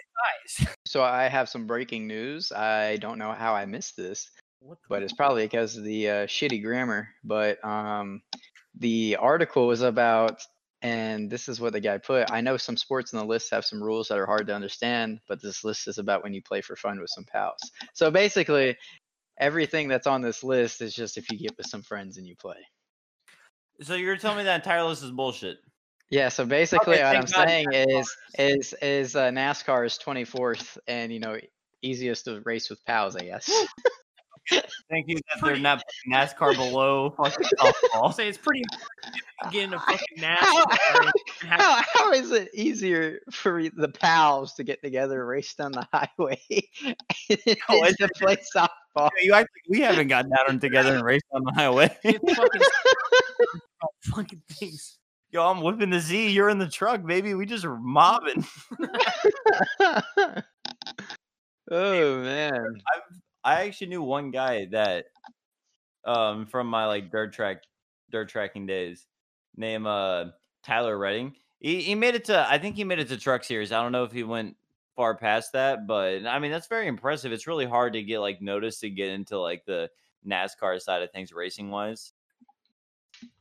thighs. so I have some breaking news. I don't know how I missed this. What the but it's probably because of the uh, shitty grammar. But um, the article was about, and this is what the guy put I know some sports on the list have some rules that are hard to understand, but this list is about when you play for fun with some pals. So basically, everything that's on this list is just if you get with some friends and you play. So you're telling me that entire list is bullshit. Yeah, so basically what thank I'm God you saying guys is is is uh, NASCAR is 24th and you know easiest to race with pals, I guess. Thank you that they're Pretty- not putting NASCAR below fucking I'll softball. say it's pretty important getting a fucking national. How- librarian and have- how, how is it easier for y- the pals to get together and race down the highway than it's to play softball? You act like we haven't gotten out on together and raced on the highway. get fucking, fucking things. Yo, I'm whipping the Z. You're in the truck, baby. We just mobbing. oh man. I actually knew one guy that um from my like dirt track dirt tracking days name uh Tyler Redding. He he made it to I think he made it to truck series. I don't know if he went far past that, but I mean that's very impressive. It's really hard to get like noticed to get into like the NASCAR side of things racing wise.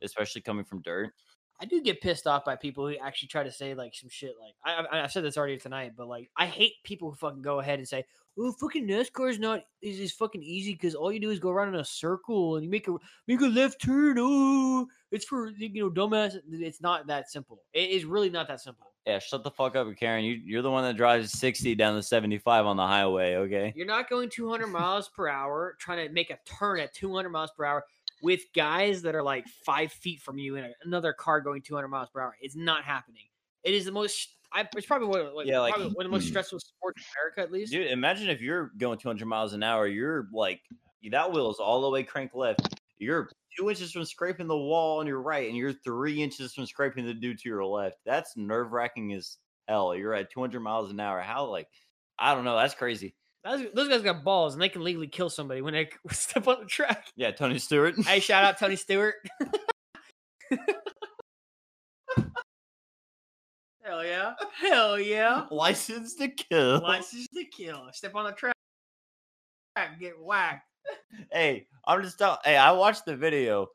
Especially coming from dirt. I do get pissed off by people who actually try to say like some shit. Like I, I, I've said this already tonight, but like I hate people who fucking go ahead and say, "Oh, fucking NASCAR is not is, is fucking easy because all you do is go around in a circle and you make a make a left turn. Oh, it's for you know dumbass. It's not that simple. It is really not that simple. Yeah, shut the fuck up, Karen. You you're the one that drives 60 down the 75 on the highway, okay? You're not going 200 miles per hour trying to make a turn at 200 miles per hour with guys that are like five feet from you in a, another car going 200 miles per hour. It's not happening. It is the most. I, it's probably one, of- like, Yeah, like- hmm. probably one of the most stressful sports in America, at least. Dude, imagine if you're going 200 miles an hour, you're like that wheel is all the way cranked left. You're two inches from scraping the wall on your right, and you're three inches from scraping the dude to your left. That's nerve wracking as hell. You're at 200 miles an hour. How like I don't know. That's crazy. Those, those guys got balls, and they can legally kill somebody when they step on the track. Yeah, Tony Stewart. Hey, shout out Tony Stewart. Hell yeah! Hell yeah! License to kill. License to kill. Step on the track, get whacked. Hey, I'm just tell- hey, I watched the video.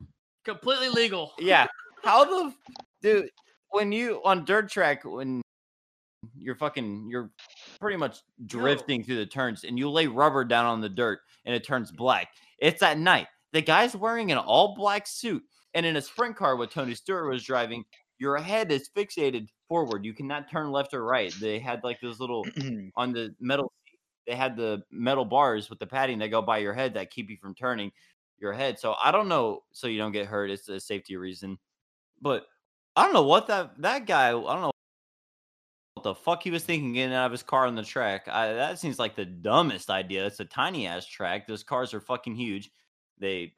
Completely legal. Yeah. How the f- dude when you on dirt track when you're fucking you're pretty much drifting through the turns and you lay rubber down on the dirt and it turns black. It's at night. The guy's wearing an all black suit and in a sprint car what Tony Stewart was driving, your head is fixated forward. You cannot turn left or right. They had like those little on the metal seat, they had the metal bars with the padding that go by your head that keep you from turning your head. So I don't know, so you don't get hurt. It's a safety reason, but I don't know what that that guy. I don't know what the fuck he was thinking getting out of his car on the track. I, that seems like the dumbest idea. It's a tiny ass track. Those cars are fucking huge. They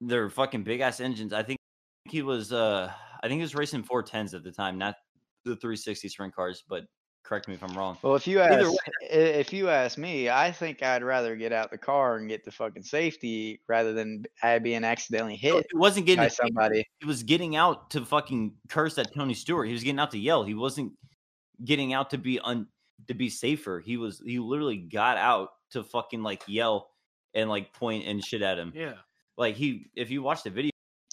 they're fucking big ass engines. I think he was uh I think he was racing 410s at the time, not the 360 sprint cars, but correct me if I'm wrong. well, if you ask, Either way, i- if you ask me, I think I'd rather get out the car and get to fucking safety rather than I being accidentally No, hit he wasn't getting by his hand- somebody. He was getting out to fucking curse at Tony Stewart. He was getting out to yell. He wasn't getting out to be un to be safer. He was he literally got out to fucking like yell and like point and shit at him. yeah. Like he if you watch the video,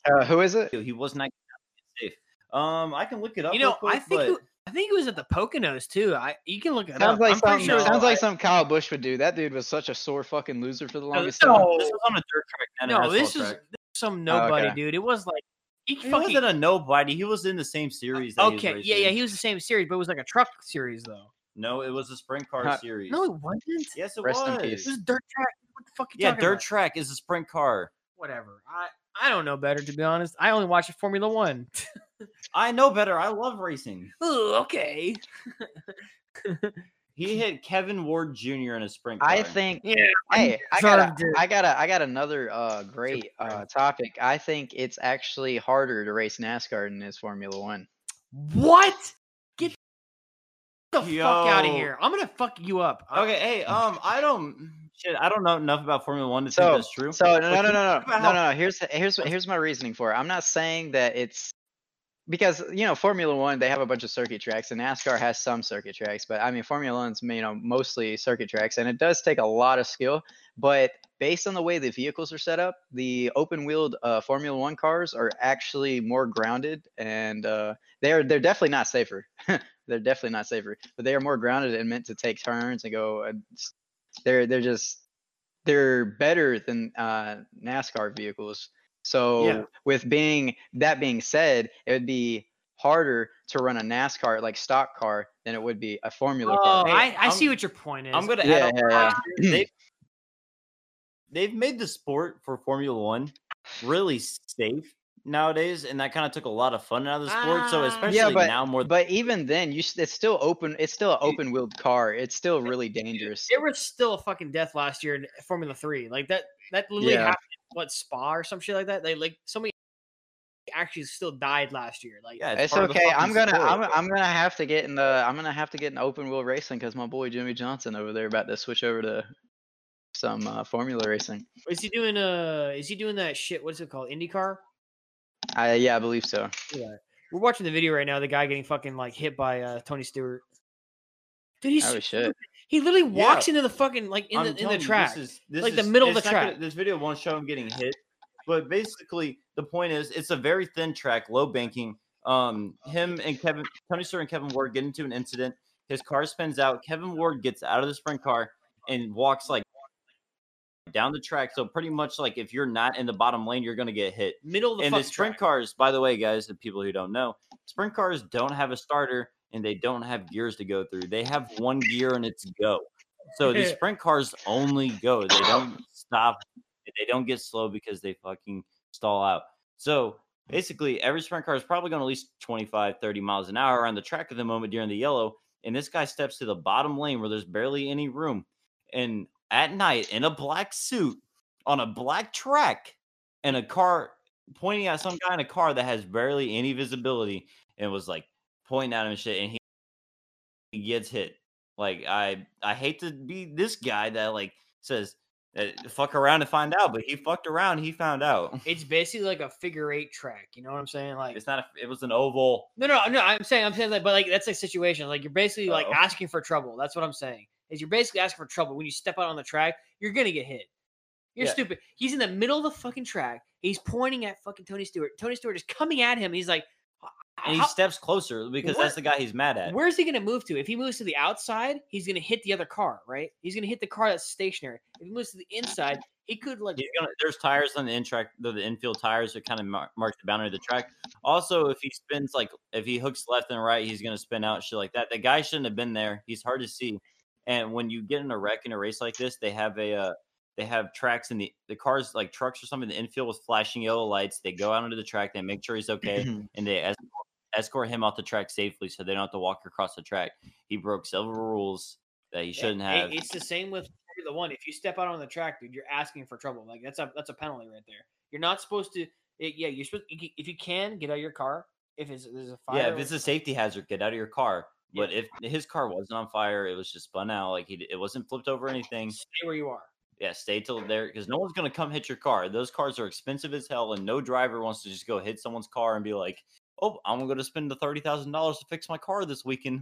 Uh, who is it? he was not getting out to be safe. Um I can look it up. You real know, I quick, think but- it- I think it was at the Poconos too. I you can look it up. Sounds like I'm pretty something. sure it was- sounds no, I- like something Kyle Bush would do. That dude was such a sore fucking loser for the no, longest this, was- time. this was on a dirt track. not an no, asphalt this is, this track. Oh, is some nobody, okay. dude. It was like he, He fucking Uh, wasn't a nobody. He was in the same series. That he was okay. Yeah, yeah. racing. He was the same series, but it was like a truck series though. No, it was a sprint car Huh. series. No, it wasn't. yes, it Rest was. in This peace. is dirt track. What the fuck? You Yeah, talking dirt about? track is a sprint car. Whatever. I I don't know better to be honest. I only watch Formula One. I know better. I love racing. Ooh, okay. He hit Kevin Ward Jr. in a sprint car. I think. Yeah. Hey, I got, a, deserved it. I got, a, I got another uh, great uh, topic. I think it's actually harder to race NASCAR than is Formula One. What? Get the fuck out of Yo. here! I'm gonna fuck you up. I- Okay, hey, um, I don't shit. I don't know enough about Formula One to So- think that's true. So no, But no, no, you no, talk no, about no, how- no. Here's here's here's my reasoning for it. I'm not saying that it's because you know Formula One they have a bunch of circuit tracks and NASCAR has some circuit tracks, but I mean Formula One's you know mostly circuit tracks and it does take a lot of skill. But based on the way the vehicles are set up, the open-wheeled uh, Formula One cars are actually more grounded and uh, they're they're definitely not safer. they're definitely not safer, but they are more grounded and meant to take turns and go. And s- they're they're just they're better than uh, NASCAR vehicles. So with being that being said, it would be harder to run a NASCAR like stock car than it would be a Formula Oh, car. I, I I'm- see what your point is. I'm gonna Yeah, add yeah, on yeah. They've, they've made the sport for Formula One really safe nowadays, and that kind of took a lot of fun out of the sport. so Ah. especially Yeah, now more than But even then, you s- it's still open. It's still an open-wheeled car. It's still really dangerous. there was still a fucking death last year in Formula Three. Like that, that literally Yeah. happened. in, What Spa or some shit like that? They like so many actually still died last year. Like, Yeah, It's part of the okay. fucking I'm gonna sport. I'm, I'm gonna have to get in the I'm gonna have to get in open wheel racing because my boy Jimmy Johnson over there about to switch over to some uh, Formula racing. is he doing? Uh, is he doing that shit? What's it called? IndyCar. I yeah, I believe so. We're watching the video right now. The guy getting fucking like hit by uh, Tony Stewart. Dude, he's Oh so shit. stupid. He literally Yeah. walks into the fucking like in I'm the in telling the you, track. This is, this Like the is- middle of it's the not gonna- track. this video won't show him getting hit, but basically the point is it's a very thin track, low banking. Um, him and Kevin Tony Stewart and Kevin Ward get into an incident. His car spins out. Kevin Ward gets out of the sprint car and walks like down the track. So pretty much like if you're not in the bottom lane, you're gonna get hit. middle of the and the fucking sprint track. cars, by the way, guys, the people who don't know, sprint cars don't have a starter and they don't have gears to go through. They have one gear and it's go. So these sprint cars only go. They don't stop. They don't get slow because they fucking stall out. So basically, every sprint car is probably going at least 25, 30 miles an hour on the track at the moment during the yellow. And this guy steps to the bottom lane where there's barely any room. And at night, in a black suit, on a black track, and a car pointing at some guy in a car that has barely any visibility and was like pointing at him and shit and he, he gets hit like i i hate to be this guy that like says eh, fuck around and find out but he fucked around he found out It's basically like a figure eight track. You know what I'm saying? Like it's not a, it was an oval No, no, no. I'm saying, I'm saying that, but like that's like situation. Like you're basically like Oh. asking for trouble. That's what I'm saying. Is you're basically asking for trouble when you step out on the track. You're gonna get hit. You're Yeah. stupid. He's in the middle of the fucking track. He's pointing at fucking Tony Stewart. Tony Stewart is coming at him. He's like, and he "How- steps closer because Where- that's the guy he's mad at where's he gonna move to? If he moves to the outside, he's gonna hit the other car, right? He's gonna hit the car that's stationary. If he moves to the inside, he could like He's gonna, there's tires on the in track, the, the infield tires that kind of mark, mark the boundary of the track. Also, if he spins like if he hooks left and right, he's gonna spin out shit like that. The guy shouldn't have been there. He's hard to see. And when you get in a wreck in a race like this, they have a uh, they have tracks in the the cars like trucks or something. The infield with flashing yellow lights. They go out onto the track. They make sure he's okay, and they escort, escort him off the track safely so they don't have to walk across the track. He broke several rules that he Yeah, shouldn't it- have. It's the same with the One. If you step out on the track, dude, you're asking for trouble. Like that's a that's a penalty right there. You're not supposed to. It, yeah, you're supposed. you ca- If you can get out of your car, if it's, there's a fire, Yeah, if or- it's a safety hazard, get out of your car. Yeah. But if his car wasn't on fire, it was just spun out. Like he, d- it wasn't flipped over or anything. stay where you are. Yeah, stay till there because no one's gonna come hit your car. Those cars are expensive as hell, and no driver wants to just go hit someone's car and be like, "Oh, I'm gonna go to spend the thirty thousand dollars to fix my car this weekend."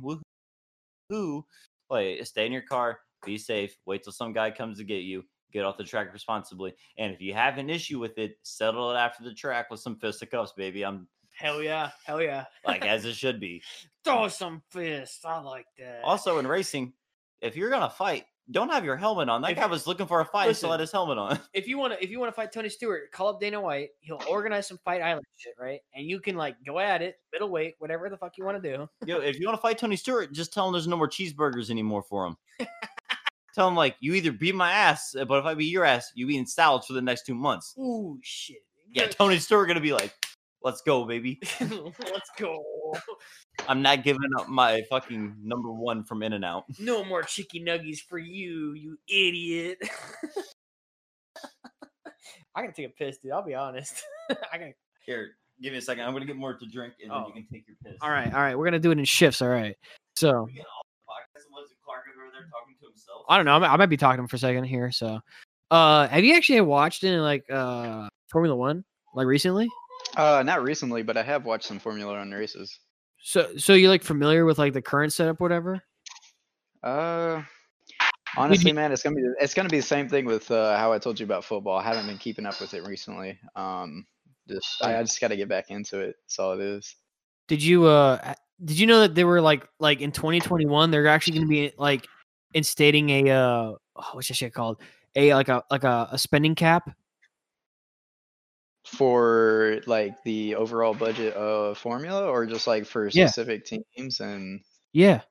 Woohoo! Like, stay in your car, be safe. Wait till some guy comes to get you. Get off the track responsibly, and if you have an issue with it, settle it after the track with some fisticuffs, baby. I'm Hell yeah, hell yeah. like as it should be. Throw some fists. I like that. Also, in racing, if you're gonna fight, don't have your helmet on. That If- guy was looking for a fight and Listen. still had his helmet on. if you want to, if you want to fight Tony Stewart, call up Dana White. He'll organize some fight island shit, right? And you can like go at it, middleweight, whatever the fuck you want to do. Yo, if you want to fight Tony Stewart, just tell him there's no more cheeseburgers anymore for him. tell him like you either beat my ass, uh, but if I beat your ass, you eating salads for the next two months. Ooh shit. Yeah, Tony Stewart gonna be like, "Let's go, baby. Let's go. I'm not giving up my fucking number one from In and Out." No more chicken nuggies for you, you idiot. I gotta take a piss, dude. I'll be honest. I gotta. Here, give me a second. I'm gonna get more to drink, and Oh. then you can take your piss. All right, all right. We're gonna do it in shifts. All right. So We can all podcast and listen to Clark over there talking to himself. I don't know. I might, I might be talking for a second here. So, uh, have you actually watched any like uh Formula One like recently? Uh, not recently, but I have watched some Formula One races. So, so you like familiar with like the current setup, whatever? Uh, honestly, man, it's gonna be it's gonna be the same thing with uh, how I told you about football. I haven't been keeping up with it recently. Um, just I, I just got to get back into it. That's all it is. Did you uh a- did you know that they were like like in 2021 they're actually going to be like instating a uh oh, what's that shit called a like a like a, a spending cap? For like the overall budget of Formula, or just like for Yeah. specific teams and Yeah.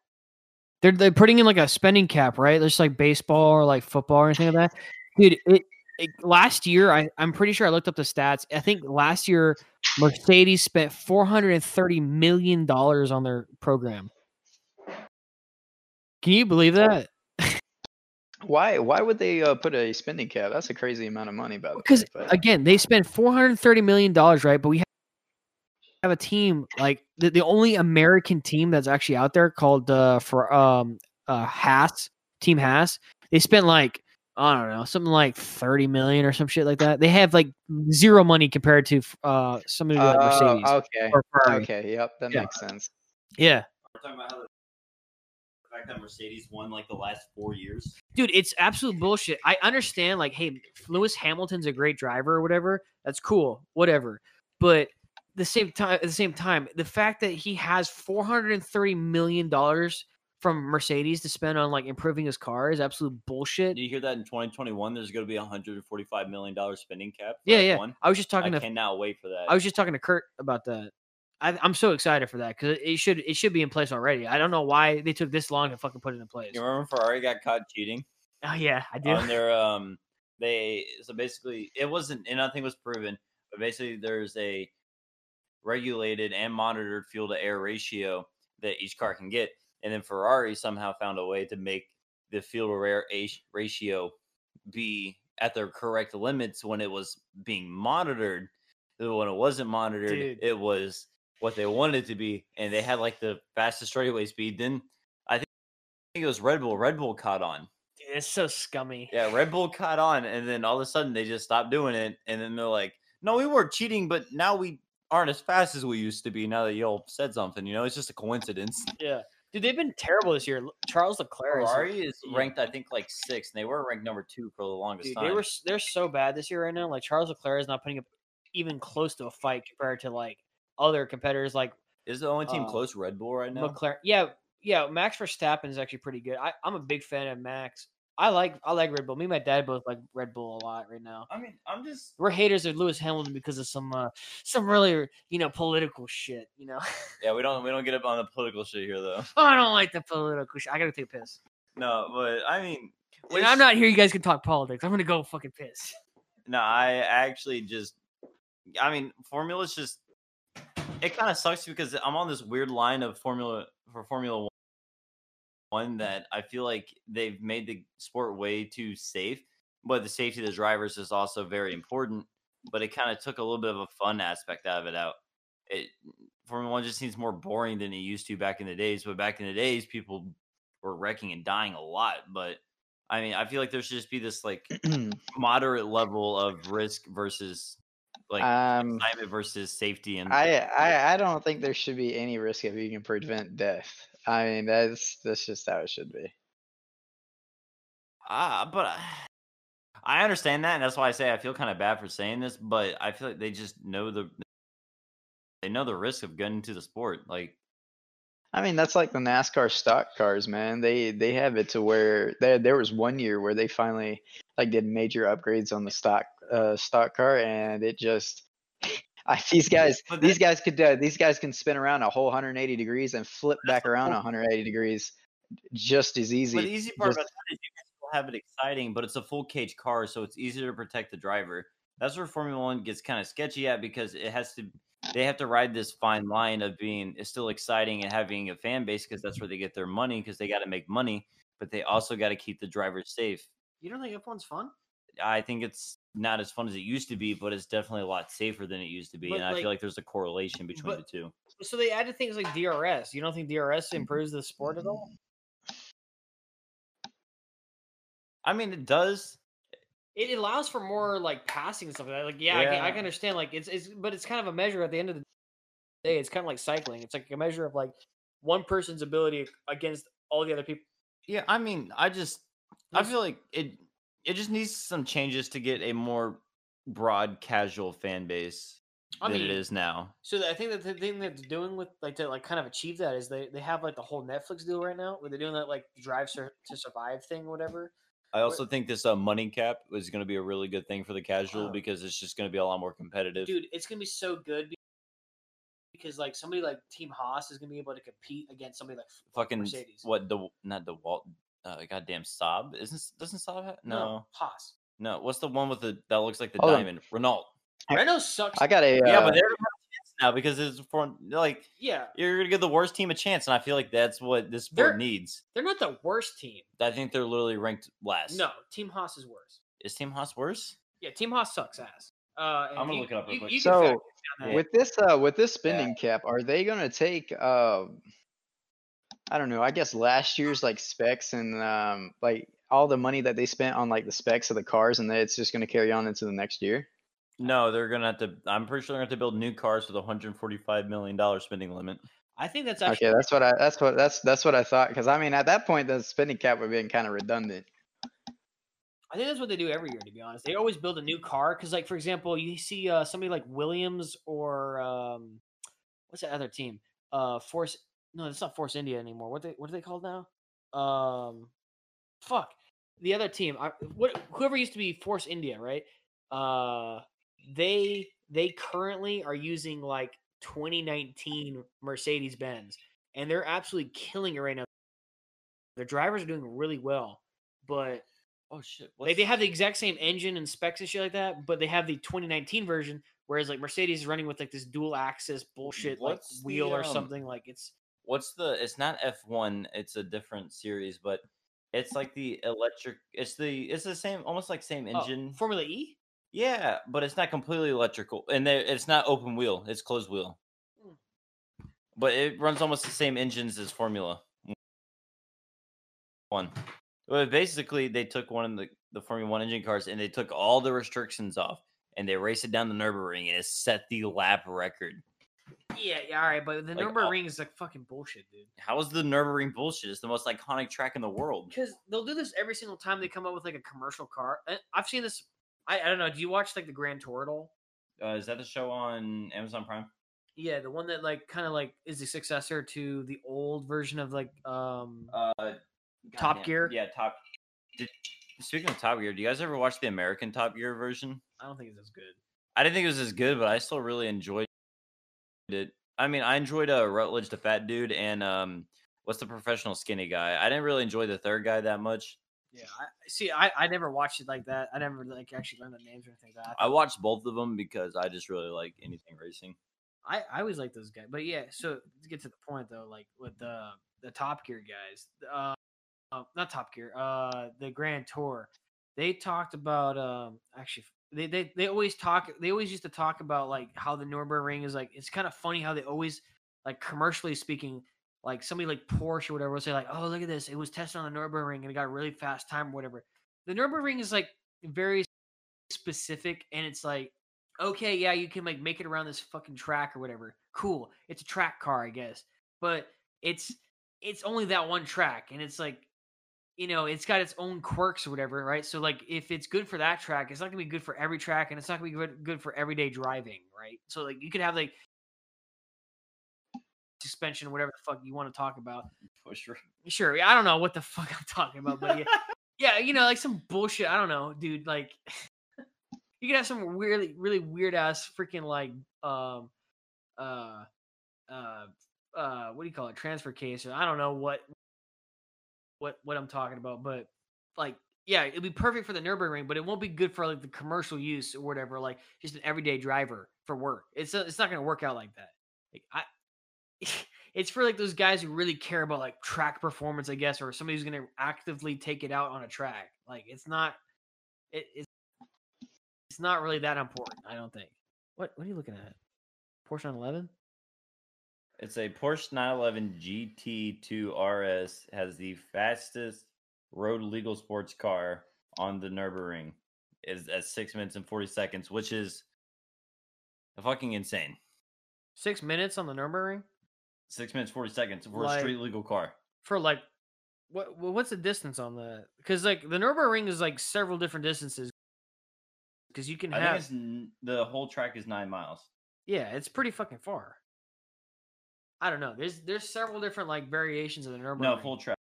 They're they're putting in like a spending cap, right? Just like baseball or like football or anything like that. Dude, it, it last year I I'm pretty sure I looked up the stats. I think last year Mercedes spent 430 million dollars on their program. Can you believe that? why why would they uh, put a spending cap? That's a crazy amount of money, by the way. Because but- again, they spend four hundred thirty million dollars, right? But we have have a team like the, the only American team that's actually out there called uh, for um uh Haas Team Haas. They spent like I don't know something like thirty million or some shit like that. They have like zero money compared to uh somebody like Oh, Mercedes okay. or Ferrari. Okay. Yep. That Yeah. makes sense. Yeah, We're talking about how the, the fact that Mercedes won like the last four years. dude, it's absolute bullshit. I understand like hey, Lewis Hamilton's a great driver or whatever. That's cool, whatever. But the same time, at the same time, the fact that he has four hundred and thirty million dollars from Mercedes to spend on like improving his car is absolute bullshit. Did you hear that in 2021? There's going to be a 145 million dollar spending cap. for Yeah, yeah. F1? I was just I talking to cannot wait for that. I was just talking to Kurt about that. I, I'm so excited for that because it should it should be in place already. I don't know why they took this long to fucking put it in place. you remember Ferrari got caught cheating Oh yeah, I do. on their um. They so basically it wasn't and nothing was proven, but basically there's a regulated and monitored fuel to air ratio that each car can get, and then Ferrari somehow found a way to make the fuel to air ash- ratio be at their correct limits when it was being monitored. But When it wasn't monitored, Dude. it was what they wanted it to be, and they had like the fastest straightaway speed. Then I think, I think it was Red Bull. Red Bull caught on. Dude, it's so scummy. Yeah, Red Bull caught on, and then all of a sudden they just stopped doing it, and then they're like, "No, we were cheating, but now we aren't as fast as we used to be." Now that y'all said something, you know, it's just a coincidence. Dude, they've been terrible this year. L- Charles Leclerc. is- Ferrari is yeah. ranked, I think, like sixth. And they were ranked number two for the longest Dude, time. they were s- they're so bad this year right now. Like Charles Leclerc is not putting up even close to a fight compared to like other competitors like is the only team uh, close Red Bull right now? McLaren. Yeah, yeah. Max Verstappen is actually pretty good. I, I'm a big fan of Max. I like I like Red Bull. Me and my dad both like Red Bull a lot right now. I mean, I'm just we're haters of Lewis Hamilton because of some uh, some really you know political shit. You know, yeah. We don't we don't get up on the political shit here though. oh, I don't like the political shit. I gotta take a piss. No, but I mean, When I'm it's- not here, you guys can talk politics. I'm gonna go fucking piss. No, I actually just, I mean, Formula's just, it kind of sucks because I'm on this weird line of Formula for Formula One that I feel like they've made the sport way too safe, but the safety of the drivers is also very important. But it kind of took a little bit of a fun aspect out of it out. It Formula One just seems more boring than it used to back in the days. But back in the days, people were wrecking and dying a lot. But I mean, I feel like there should just be this like Um, moderate level of risk versus like um, climate versus safety and I, I I don't think there should be any risk if you can prevent death. I mean, that's that's just how it should be. ah, but I- I understand that, and that's why I say I feel kind of bad for saying this, but I feel like they just know the they know the risk of getting into the sport. Like I mean, that's like the NASCAR stock cars, man. They they have it to where there there was one year where they finally like did major upgrades on the stock uh, stock car, and it just I, these guys But these guys could uh, these guys can spin around a whole 180 degrees and flip That's back around whole- 180 degrees just as easy. but the easy part just- about that is you can still have it exciting, but it's a full cage car, so it's easier to protect the driver. That's where Formula One gets kind of sketchy at because it has to they have to ride this fine line of being it's still exciting and having a fan base because that's where they get their money because they got to make money, but they also got to keep the drivers safe. You don't think F1's fun? I think it's not as fun as it used to be, but it's definitely a lot safer than it used to be, But, and I like- feel like there's a correlation between but- the two. So they added things like DRS. You don't think DRS improves the sport at all? I mean, it does. It allows for more like passing and stuff like that. Like yeah, I, can, I Yeah. can understand. Like it's it's but it's kind of a measure at the end of the day. It's kind of like cycling. It's like a measure of like one person's ability against all the other people. Yeah, I mean, I just I Yes. feel like it it just needs some changes to get a more broad casual fan base I than mean, it is now. So the- I think that the thing that's doing with like to like kind of achieve that is they they have like the whole Netflix deal right now where they're doing that like drive sur- to survive thing, whatever. I also think this uh, money cap is going to be a really good thing for the casual Oh. because it's just going to be a lot more competitive. Dude, it's gonna be so good be- because like somebody like Team Haas is gonna be able to compete against somebody like f- Fucking Mercedes. what the not the Walt uh, goddamn Saab isn't s- doesn't Saab have, no Haas. no what's the one with the that looks like the Oh, Hold on. diamond Renault I- Renault sucks. I got a yeah uh, but they're gonna have a chance now because it's for like yeah, you're gonna give the worst team a chance and I feel like that's what this They're- sport needs. they're not the worst team. I think they're literally ranked last. No, Team Haas is worse. Is Team Haas worse? Yeah, Team Haas sucks ass. Uh, and I'm gonna you- look it up real you- quick. you can fact So check that. with this uh with this spending cap, are they gonna take uh I don't know, I guess last year's like specs and um like all the money that they spent on like the specs of the cars and that it's just gonna carry on into the next year? No, they're gonna have to. I'm pretty sure they're gonna have to build new cars with a 145 million dollar spending limit. I think that's actually Okay, that's what I that's what that's that's what I thought. Because I mean at that point the spending cap would have been kind of redundant. I think that's what they do every year. To be honest, they always build a new car because, like, for example, you see uh, somebody like Williams or um, what's that other team? Uh, Force. No, it's not Force India anymore. What they what are they called now? Um, fuck the other team. I, what whoever used to be Force India, right? Uh, they they currently are using like 2019 Mercedes Benz, and they're absolutely killing it right now. Their drivers are doing really well, but Oh shit! like they have the exact same engine and specs and shit like that, but they have the 2019 version, whereas like Mercedes is running with like this dual axis bullshit What's the, like wheel or um, something. Like it's what's the? It's not F1. It's a different series, but it's like the electric. It's the. It's the same, almost like same oh, engine. Formula E. yeah, but it's not completely electrical, and they, it's not open wheel. It's closed wheel. Hmm. But it runs almost the same engines as Formula One. Well, basically, they took one of the, the Formula One engine cars and they took all the restrictions off and they raced it down the Nurburgring and it set the lap record. Yeah, yeah, all right, but the Like, number all- ring is like fucking bullshit, dude. How is the Nurburgring bullshit? It's the most iconic track in the world. Because they'll do this every single time they come up with like a commercial car. Uh, I've seen this. I, I don't know. Do you watch like the Grand Tour at all? Uh, is that the show on Amazon Prime? Yeah, the one that like kind of like is the successor to the old version of like um Uh, Top goddamn- Gear? Yeah, Top. Did, speaking of Top Gear, do you guys ever watch the American Top Gear version? I don't think it's as good. I didn't think it was as good, but I still really enjoyed it. I mean, I enjoyed uh, Rutledge, the fat dude, and um, what's the professional skinny guy? I didn't really enjoy the third guy that much. Yeah, I, see, I, I never watched it like that. I never like actually learned the names or anything like that. I watched both of them because I just really like anything racing. I, I always like those guys, but yeah. So to get to the point though, like with the the Top Gear guys, uh, uh, not Top Gear, uh, the Grand Tour, they talked about um actually they, they they always talk they always used to talk about like how the Nürburgring is like it's kind of funny how they always like commercially speaking like somebody like Porsche or whatever will say like oh look at this it was tested on the Nürburgring and it got a really fast time or whatever. The Nürburgring is like very specific and it's like okay, yeah, you can like make it around this fucking track or whatever. Cool. It's a track car, I guess. But it's it's only that one track and it's like you know, it's got its own quirks or whatever, right? So like if it's good for that track, it's not going to be good for every track and it's not going to be good, good for everyday driving, right? So like you could have like suspension whatever the fuck you want to talk about. Push her. Sure, I don't know what the fuck I'm talking about, but yeah, yeah, you know, like some bullshit. I don't know, dude. Like, you could have some really, really weird ass freaking like, um, uh, uh, uh, what do you call it? Transfer case, or I don't know what, what, what I'm talking about, but like, yeah, it'd be perfect for the Nurburgring, but it won't be good for like the commercial use or whatever. Like, just an everyday driver for work. It's uh, it's not gonna work out like that. Like, I. it's for like those guys who really care about like track performance, I guess, or somebody who's going to actively take it out on a track. Like it's not, it, it's it's not really that important, I don't think. What what are you looking at? Porsche 911. It's a Porsche 911 GT2 RS has the fastest road legal sports car on the Nurburgring. Is at six minutes and forty seconds, which is fucking insane. Six minutes on the Nurburgring Six minutes forty seconds for Like- a street legal car. for like what what- what's the distance on the? Because like the Nurburgring is like several different distances. Because you can I have think it's n- the whole track is nine miles. yeah, it's pretty fucking far. I don't know. There's there's several different like variations of the Nurburgring. No, full track.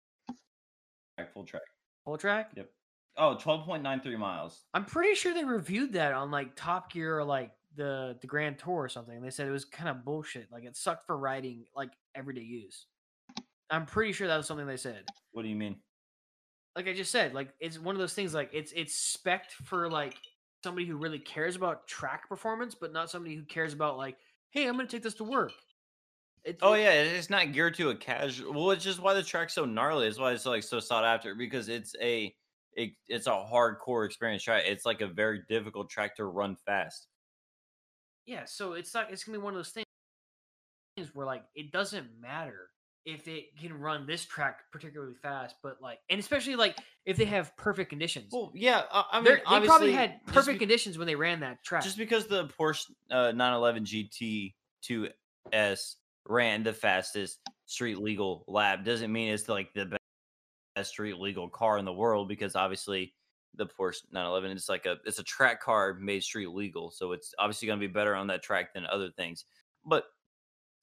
Track, Full track. full track. Oh, 12.93 miles. I'm pretty sure they reviewed that on like Top Gear or like the the Grand Tour or something. and They said it was kind of bullshit. Like it sucked for riding like everyday use. I'm pretty sure that was something they said. What do you mean? Like I just said, like it's one of those things. Like it's it's spec for like somebody who really cares about track performance, but not somebody who cares about like, hey, I'm gonna take this to work. It, Oh it- yeah, it- it's not geared to a casual. Well, it's just why the track's so gnarly. It's why it's like so sought after because it's a it, it's a hardcore experience track. It's like a very difficult track to run fast. yeah, so it's like it's gonna be one of those things where like it doesn't matter if it can run this track particularly fast, but like and especially like if they have perfect conditions. Well, yeah, I, I mean, They're- they probably obviously, had just perfect be- conditions when they ran that track. just because the Porsche uh, 911 GT2S ran the fastest street legal lap doesn't mean it's like the be- best street legal car in the world because obviously the Porsche 911 is like a it's a track car made street legal, so it's obviously going to be better on that track than other things. But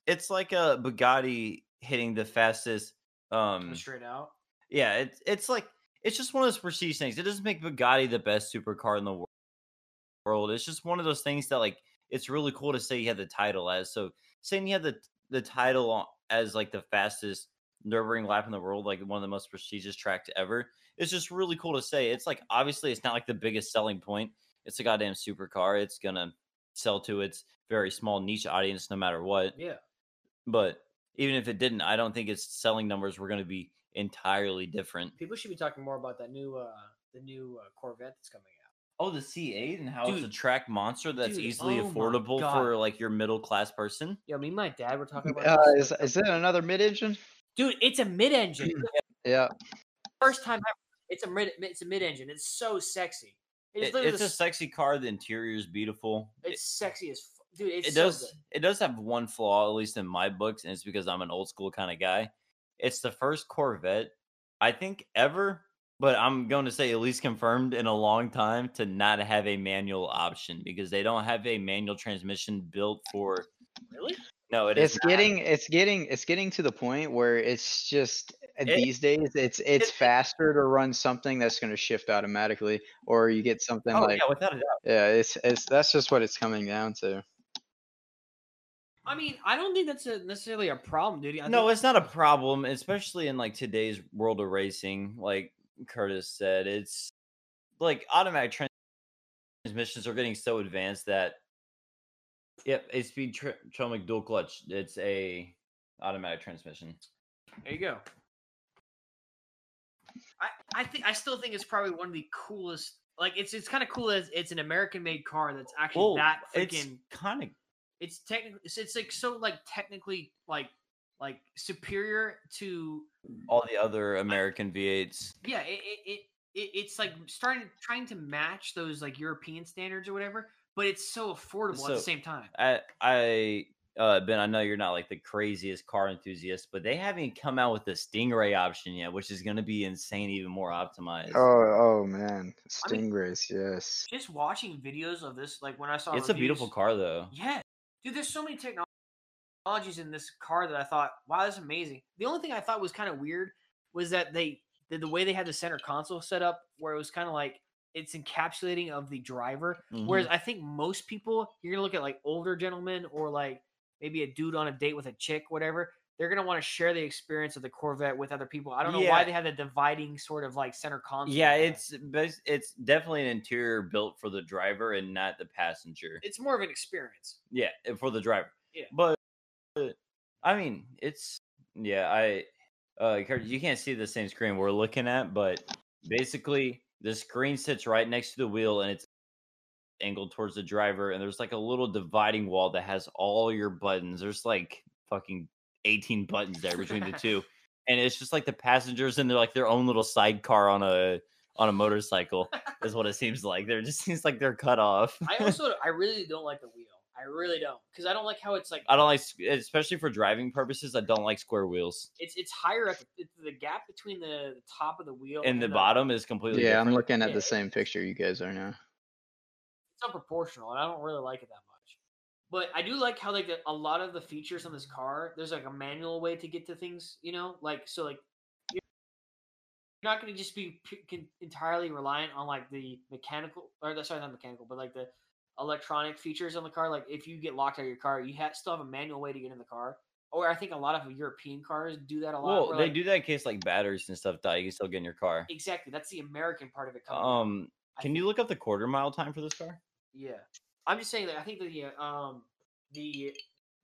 it's like a Bugatti hitting the fastest um straight out. yeah, it's it's like it's just one of those prestige things. It doesn't make Bugatti the best supercar in the wor- world. It's just one of those things that like it's really cool to say you had the title as. So saying you had the the title on- as like the fastest Nürburgring lap in the world, like one of the most prestigious tracks ever, it's just really cool to say. It's like obviously it's not like the biggest selling point. It's a goddamn supercar. It's gonna sell to its very small niche audience no matter what Yeah. but even if it didn't, I don't think its selling numbers were going to be entirely different. People should be talking more about that new uh the new uh, Corvette that's coming out. Oh, the C8 and how it's a Dude. track monster that's Dude, easily oh my affordable God. for like your middle class person. Yeah, me and my dad were talking about Uh, this. is, is it another mid engine? Dude, it's a mid-engine. Yeah. First time ever. It's a mid it's a mid-engine. It's so sexy. It is It- literally it's the a s- sexy car. The interior is beautiful. It, it's sexy as fu- dude. It's it so does. good. It does have one flaw, at least in my books, and it's because I'm an old school kind of guy. It's the first Corvette I think ever, but I'm going to say at least confirmed in a long time to not have a manual option because they don't have a manual transmission built for Really? No, it is it's not. getting it's getting it's getting to the point where it's just uh, It- these days it's it's faster to run something that's going to shift automatically or you get something Oh like yeah, without a doubt. yeah. it's it's that's just what it's coming down to I mean, I don't think that's a, necessarily a problem, dude. I No, think- it's not a problem, especially in like today's world of racing. Like Curtis said, it's like automatic trans- transmissions are getting so advanced that yep, a speed tr- Chomic dual clutch. It's a automatic transmission. there you go. I I think I still think it's probably one of the coolest. Like it's it's kind of cool that it's, it's an American-made car that's actually Well, that it's freaking. kind of It's, technically it's, it's like so like technically like like superior to all the other American V8s. yeah it it. it it, it's like starting trying to match those like European standards or whatever, but it's so affordable at So, the same time. I, I, uh, Ben, I know you're not like the craziest car enthusiast, but they haven't come out with the Stingray option yet, which is going to be insane, even more optimized. oh oh man I mean- stingrays yes Just watching videos of this, like when I saw it's a beautiful reviews- car, though. Yeah, dude. There's so many techno- technologies in this car that I thought, wow, that's amazing. The only thing I thought was kind of weird was that they the, the way they had the center console set up, where it was kind of like it's encapsulating of the driver. Mm-hmm. Whereas I think most people, you're gonna look at like older gentlemen or like maybe a dude on a date with a chick, whatever. They're gonna want to share the experience of the Corvette with other people. I don't know why Yeah. they have the dividing sort of like center console. yeah, like that. it's bas- it's definitely an interior built for the driver and not the passenger. it's more of an experience. Yeah, and for the driver. Yeah. but but, I mean, it's yeah. I uh, Kurt, you can't see the same screen we're looking at, but basically the screen sits right next to the wheel and it's angled towards the driver, and there's like a little dividing wall that has all your buttons. There's like fucking eighteen buttons there between the two, and it's just like the passengers and they're like their own little sidecar on a on a motorcycle is what it seems like. There just seems like they're cut off. I also I really don't like the wheel. I really don't because I don't like how it's like I don't like, s- especially for driving purposes. I don't like square wheels, it's it's higher up. It's the gap between the, the top of the wheel and the bottom is completely. yeah i'm different. looking at Yeah. the same picture you guys are now It's not proportional, and I don't really like it that much. But I do like how like the, a lot of the features on this car. There's like a manual way to get to things, you know, like so like you're you're not going to just be p- can, entirely reliant on like the mechanical or the- sorry not mechanical, but like the electronic features on the car. Like if you get locked out of your car, you ha- still have a manual way to get in the car. Or I think a lot of European cars do that a lot. Well, where, they like- do that in case like batteries and stuff die. You can still get in your car. Exactly. That's the American part of it. Coming out, Um, I can you look up the quarter mile time for this car? Yeah, I'm just saying that I think that the uh, um the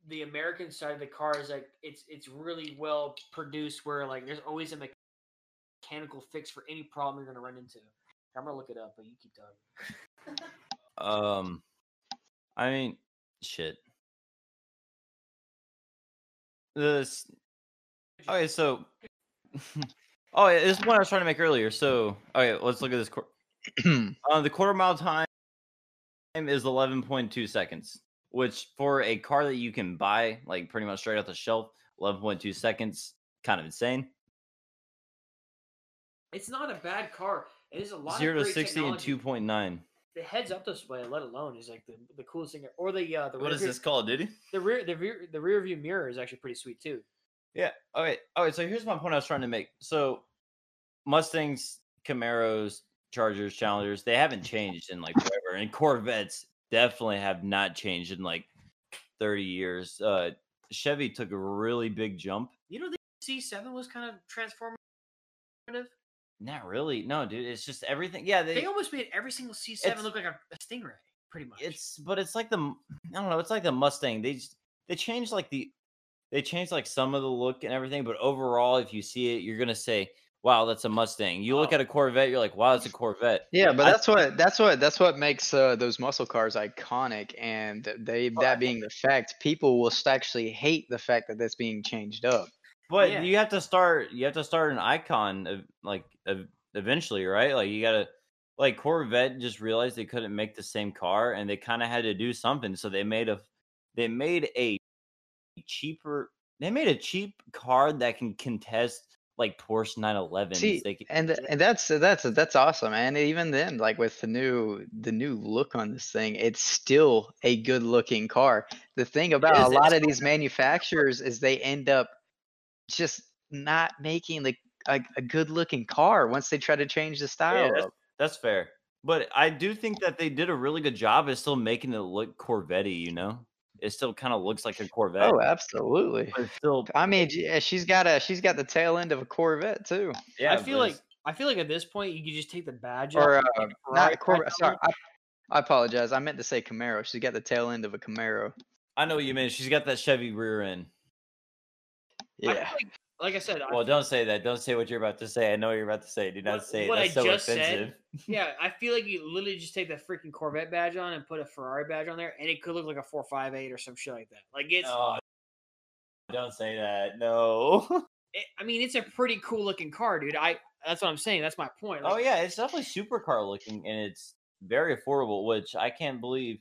the American side of the car is like it's it's really well produced where like there's always a mech- mechanical fix for any problem you're gonna run into. I'm gonna look it up, but you keep talking. Um, I mean, Shit. This. Okay, so. oh, yeah, this is one I was trying to make earlier. So, okay, let's look at this. quar- Uh, the quarter mile time is 11.2 seconds, which for a car that you can buy, like pretty much straight off the shelf, 11.2 seconds, kind of insane. It's not a bad car. It is a lot. Zero of to great 60 technology. and 2.9. The heads up display, let alone, is like the, the coolest thing. Or the uh, the What rear is view- this called, Diddy? The rear the rear the rear view mirror is actually pretty sweet too. Yeah. All right. All right. So here's my point I was trying to make. So Mustangs, Camaros, Chargers, Challengers, they haven't changed in like forever. And Corvettes definitely have not changed in like 30 years. Uh Chevy took a really big jump. You know, the C7 was kind of transformative. Not really. No, dude. It's just everything. Yeah, they, They almost made every single C7 It's- look like a, a stingray, pretty much. it's but it's like the m- I don't know, it's like the Mustang. They just, they changed like the they changed like some of the look and everything, but overall if you see it, you're going to say, "Wow, that's a Mustang." You look Oh. at a Corvette, you're like, "Wow, that's a Corvette." Yeah, but I- that's what that's what that's what makes uh, those muscle cars iconic, and th- they that being the fact, people will s- actually hate the fact that that's being changed up. But Yeah. you have to start. You have to start an icon, of, like ev- eventually, right? Like you gotta, like Corvette just realized they couldn't make the same car, and they kind of had to do something. So they made a, they made a cheaper. They made a cheap car that can contest like Porsche 911s. See, they can, and th- and that's that's that's awesome, and even then, like with the new the new look on this thing, it's still a good looking car. The thing about is, a lot it's of these manufacturers is they end up just not making the a, a good looking car once they try to change the style. that's- up. that's fair. But I do think that they did a really good job of still making it look Corvette. You know, it still kind of looks like a Corvette. Oh, absolutely. but it's still, I mean, j- yeah, she's got a she's got the tail end of a Corvette too, yeah. I but feel like it's- I feel like at this point you could just take the badge or uh, off, and not Ferrari a back Corvette. on Sorry, it. I, I apologize. I meant to say Camaro. She's got the tail end of a Camaro. I know what you mean. She's got that Chevy rear end. I feel Yeah, like, like I said, I, Well, don't say that. Don't say what you're about to say. I know what you're about to say. Do not What- say it. what That's I so just said? offensive. yeah, I feel like you literally just take that freaking Corvette badge on and put a Ferrari badge on there, and it could look like a four five eight or some shit like that. Like it's, Oh, don't say that. No. it, I mean, it's a pretty cool looking car, dude. I that's what I'm saying. That's my point. oh Like, yeah, it's definitely supercar looking, and it's very affordable, which I can't believe.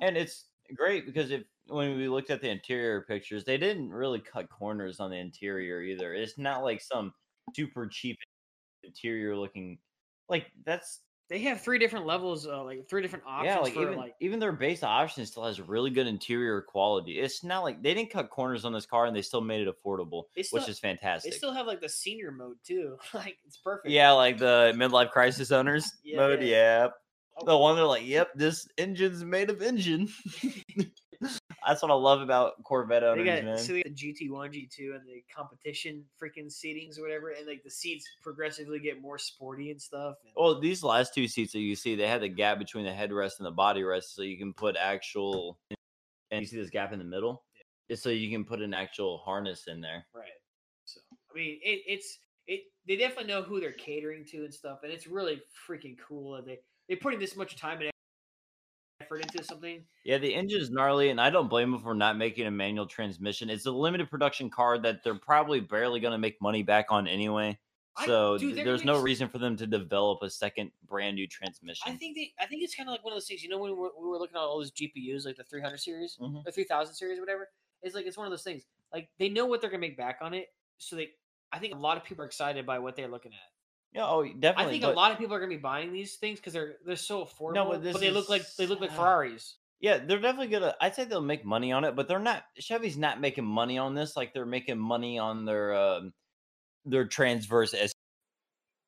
And it's great because if when we looked at the interior pictures, they didn't really cut corners on the interior either. It's not like some super cheap interior looking. Like that's they have three different levels, uh, like three different options yeah, like for even like even their base option still has really good interior quality. It's not like they didn't cut corners on this car and they still made it affordable, It's which not- is fantastic. they still have like the senior mode too. like it's perfect. yeah, like the midlife crisis owners Yeah. Oh, mode. Yeah, the one they're like, "Yep, this engine's made of engine." That's what I love about Corvette They owners, man. got so they got the GT one, G two, and the competition freaking seatings or whatever, and like the seats progressively get more sporty and stuff. and- well, these last two seats that you see, they had the gap between the headrest and the body rest, so you can put actual. And you see this gap in the middle, it's so you can put an actual harness in there. Right. So I mean, it, it's it. They definitely know who they're catering to and stuff, and it's really freaking cool that they they're putting this much time and effort into something. Yeah, the engine's gnarly, and I don't blame them for not making a manual transmission. It's a limited production car that they're probably barely going to make money back on anyway. I- So dude, th- they're there's gonna no s- reason for them to develop a second brand new transmission. I think they. I think it's kind of like one of those things. You know, when we were, we were looking at all those GPUs, like the 300 series Mhm. or 3000 series, whatever. It's like it's one of those things. Like they know what they're gonna make back on it, so they. I think a lot of people are excited by what they're looking at. yeah, oh, definitely. I think but- a lot of people are gonna be buying these things because they're they're so affordable. but but, this they look like they is- look like ah. Ferraris. Yeah, they're definitely gonna. I'd say they'll make money on it, but they're not. Chevy's not making money on this. Like they're making money on their um, their transverse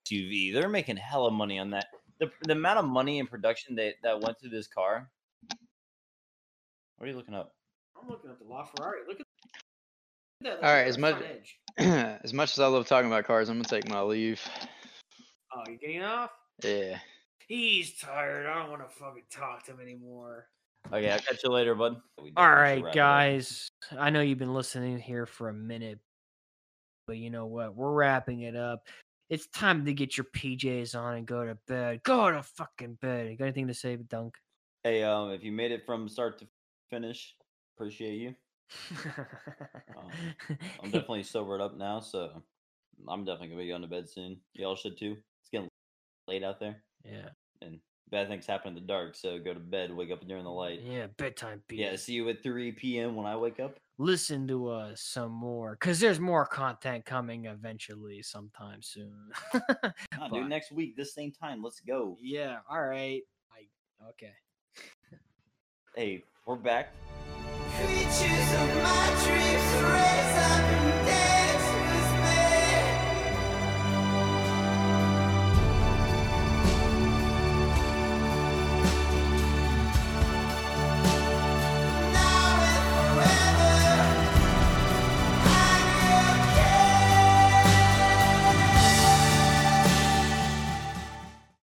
SUV. They're making hella money on that. The, the amount of money in production that that went through this car. What are you looking up? I'm looking at the LaFerrari. Look at that. All right, as much- as much as I love talking about cars, I'm gonna take my leave. Oh, you getting off? Yeah, He's tired. I don't want to fucking talk to him anymore. Okay, I'll catch you later, bud. All right, guys. I know you've been listening here for a minute, but you know what? We're wrapping it up. It's time to get your PJs on and go to bed. Go to fucking bed. You got anything to say, Dunk? Hey, um, if you made it from start to finish. Appreciate you. Um, I'm definitely sobered up now, so I'm definitely gonna be going to bed soon. Y'all should too. It's getting late out there, yeah. and bad things happen in the dark. So go to bed, wake up during the light. Yeah, bedtime beat. Yeah, see you at 3 p.m. when I wake up. Listen to us some more because there's more content coming eventually sometime soon. Nah, dude, Fuck. next week, this same time, let's go. yeah, all right. I, okay. Hey, we're back. Creatures of my